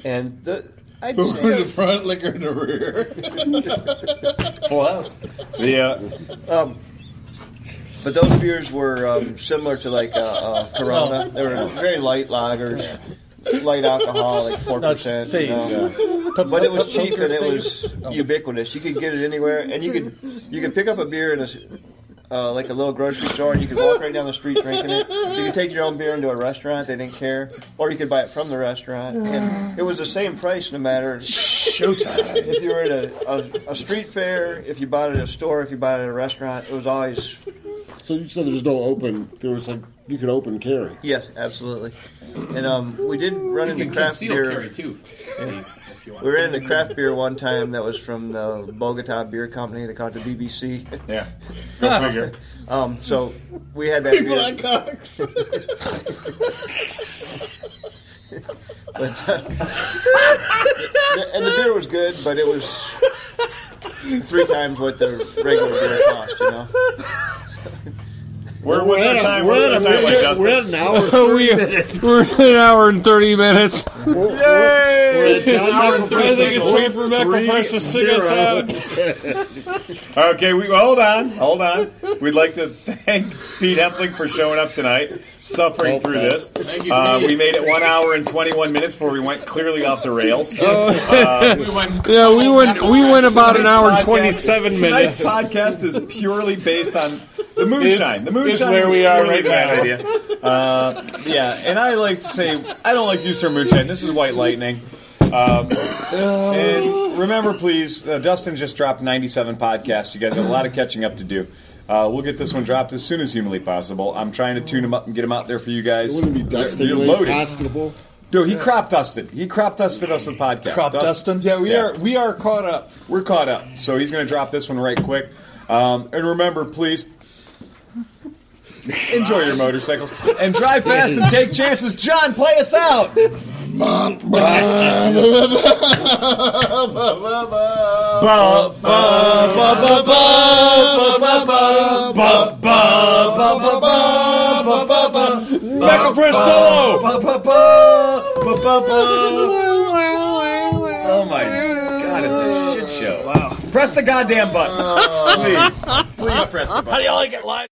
G: and the I'd
F: Who
G: say
F: [laughs] in the front, liquor in the rear?
S: Full house.
G: Yeah. Um, but those beers were um, similar to like uh, uh, Corona. They were very light lagers, light alcohol, like four percent.
I: phase.
G: But it was cheap and it was ubiquitous. You could get it anywhere, and you could you could pick up a beer in a s- uh, like a little grocery store, and you could walk right down the street drinking it. You could take your own beer into a restaurant; they didn't care, or you could buy it from the restaurant, and it was the same price no matter showtime. If you were at a, a, a street fair, if you bought it at a store, if you bought it at a restaurant, it was always
D: So you said there's no open. There was like you could
G: [laughs]
D: open carry.
G: Yes, absolutely. And um, we did run
E: You
G: into
E: can
G: craft
E: conceal
G: beer.
E: carry, too,
G: Yeah. [laughs] We ran into craft beer one time that was from the Bogota beer company. They called it the BBC. [laughs] Yeah,
F: Go figure.
G: um, so we had that
F: Big
G: beer.
F: black cocks.
G: [laughs] But, uh, and the beer was good, but it was three times what the regular beer cost. You know.
T: We're- what's We're our at a- time? we're What's at our a time, minute- like, Justin? we're at an hour and
H: We- We're at an hour and 30 minutes.
T: I think it's time for Macklefresh to sing us out.
B: okay, we hold on, hold on. We'd like to thank Pete Hepling for showing up tonight, suffering through this.
E: Thank you,
B: Uh,
E: Pete.
B: we made it one hour and twenty-one minutes before we went clearly off the rails. Uh,
E: We went-
H: yeah, we went we went about an
B: Tonight's
H: hour and
B: podcast-
H: 27 minutes.
B: Tonight's podcast is purely based on the moonshine.
H: It's-
B: the moonshine
H: it's where
B: was
H: we are
B: purely
H: right
B: that
H: now.
B: Idea. Uh, yeah, and I like to say I don't like to use the term moonshine. This is white lightning. Um, and remember, please, uh, Dustin just dropped 97 podcasts. You guys have a lot of catching up to do. Uh, we'll get this one dropped as soon as humanly possible. I'm trying to tune them up and get them out there for you guys.
D: It wouldn't be
B: They're-
D: Dustin.
B: You're
D: Lee
B: loaded.
D: Constable.
B: Dude, he crop dusted. He crop dusted us with podcast.
D: Crop
B: Dustin.
D: dusted? Yeah, we are-
B: we are caught up. We're caught up. So he's going to drop this one right quick. Um, and remember, please enjoy your motorcycles and drive fast and take chances. John, play us
D: [laughs]
B: out.
H: Macklefresh solo.
U: Press the goddamn button. Please.
R: Please press the button.
U: How do y'all like it live?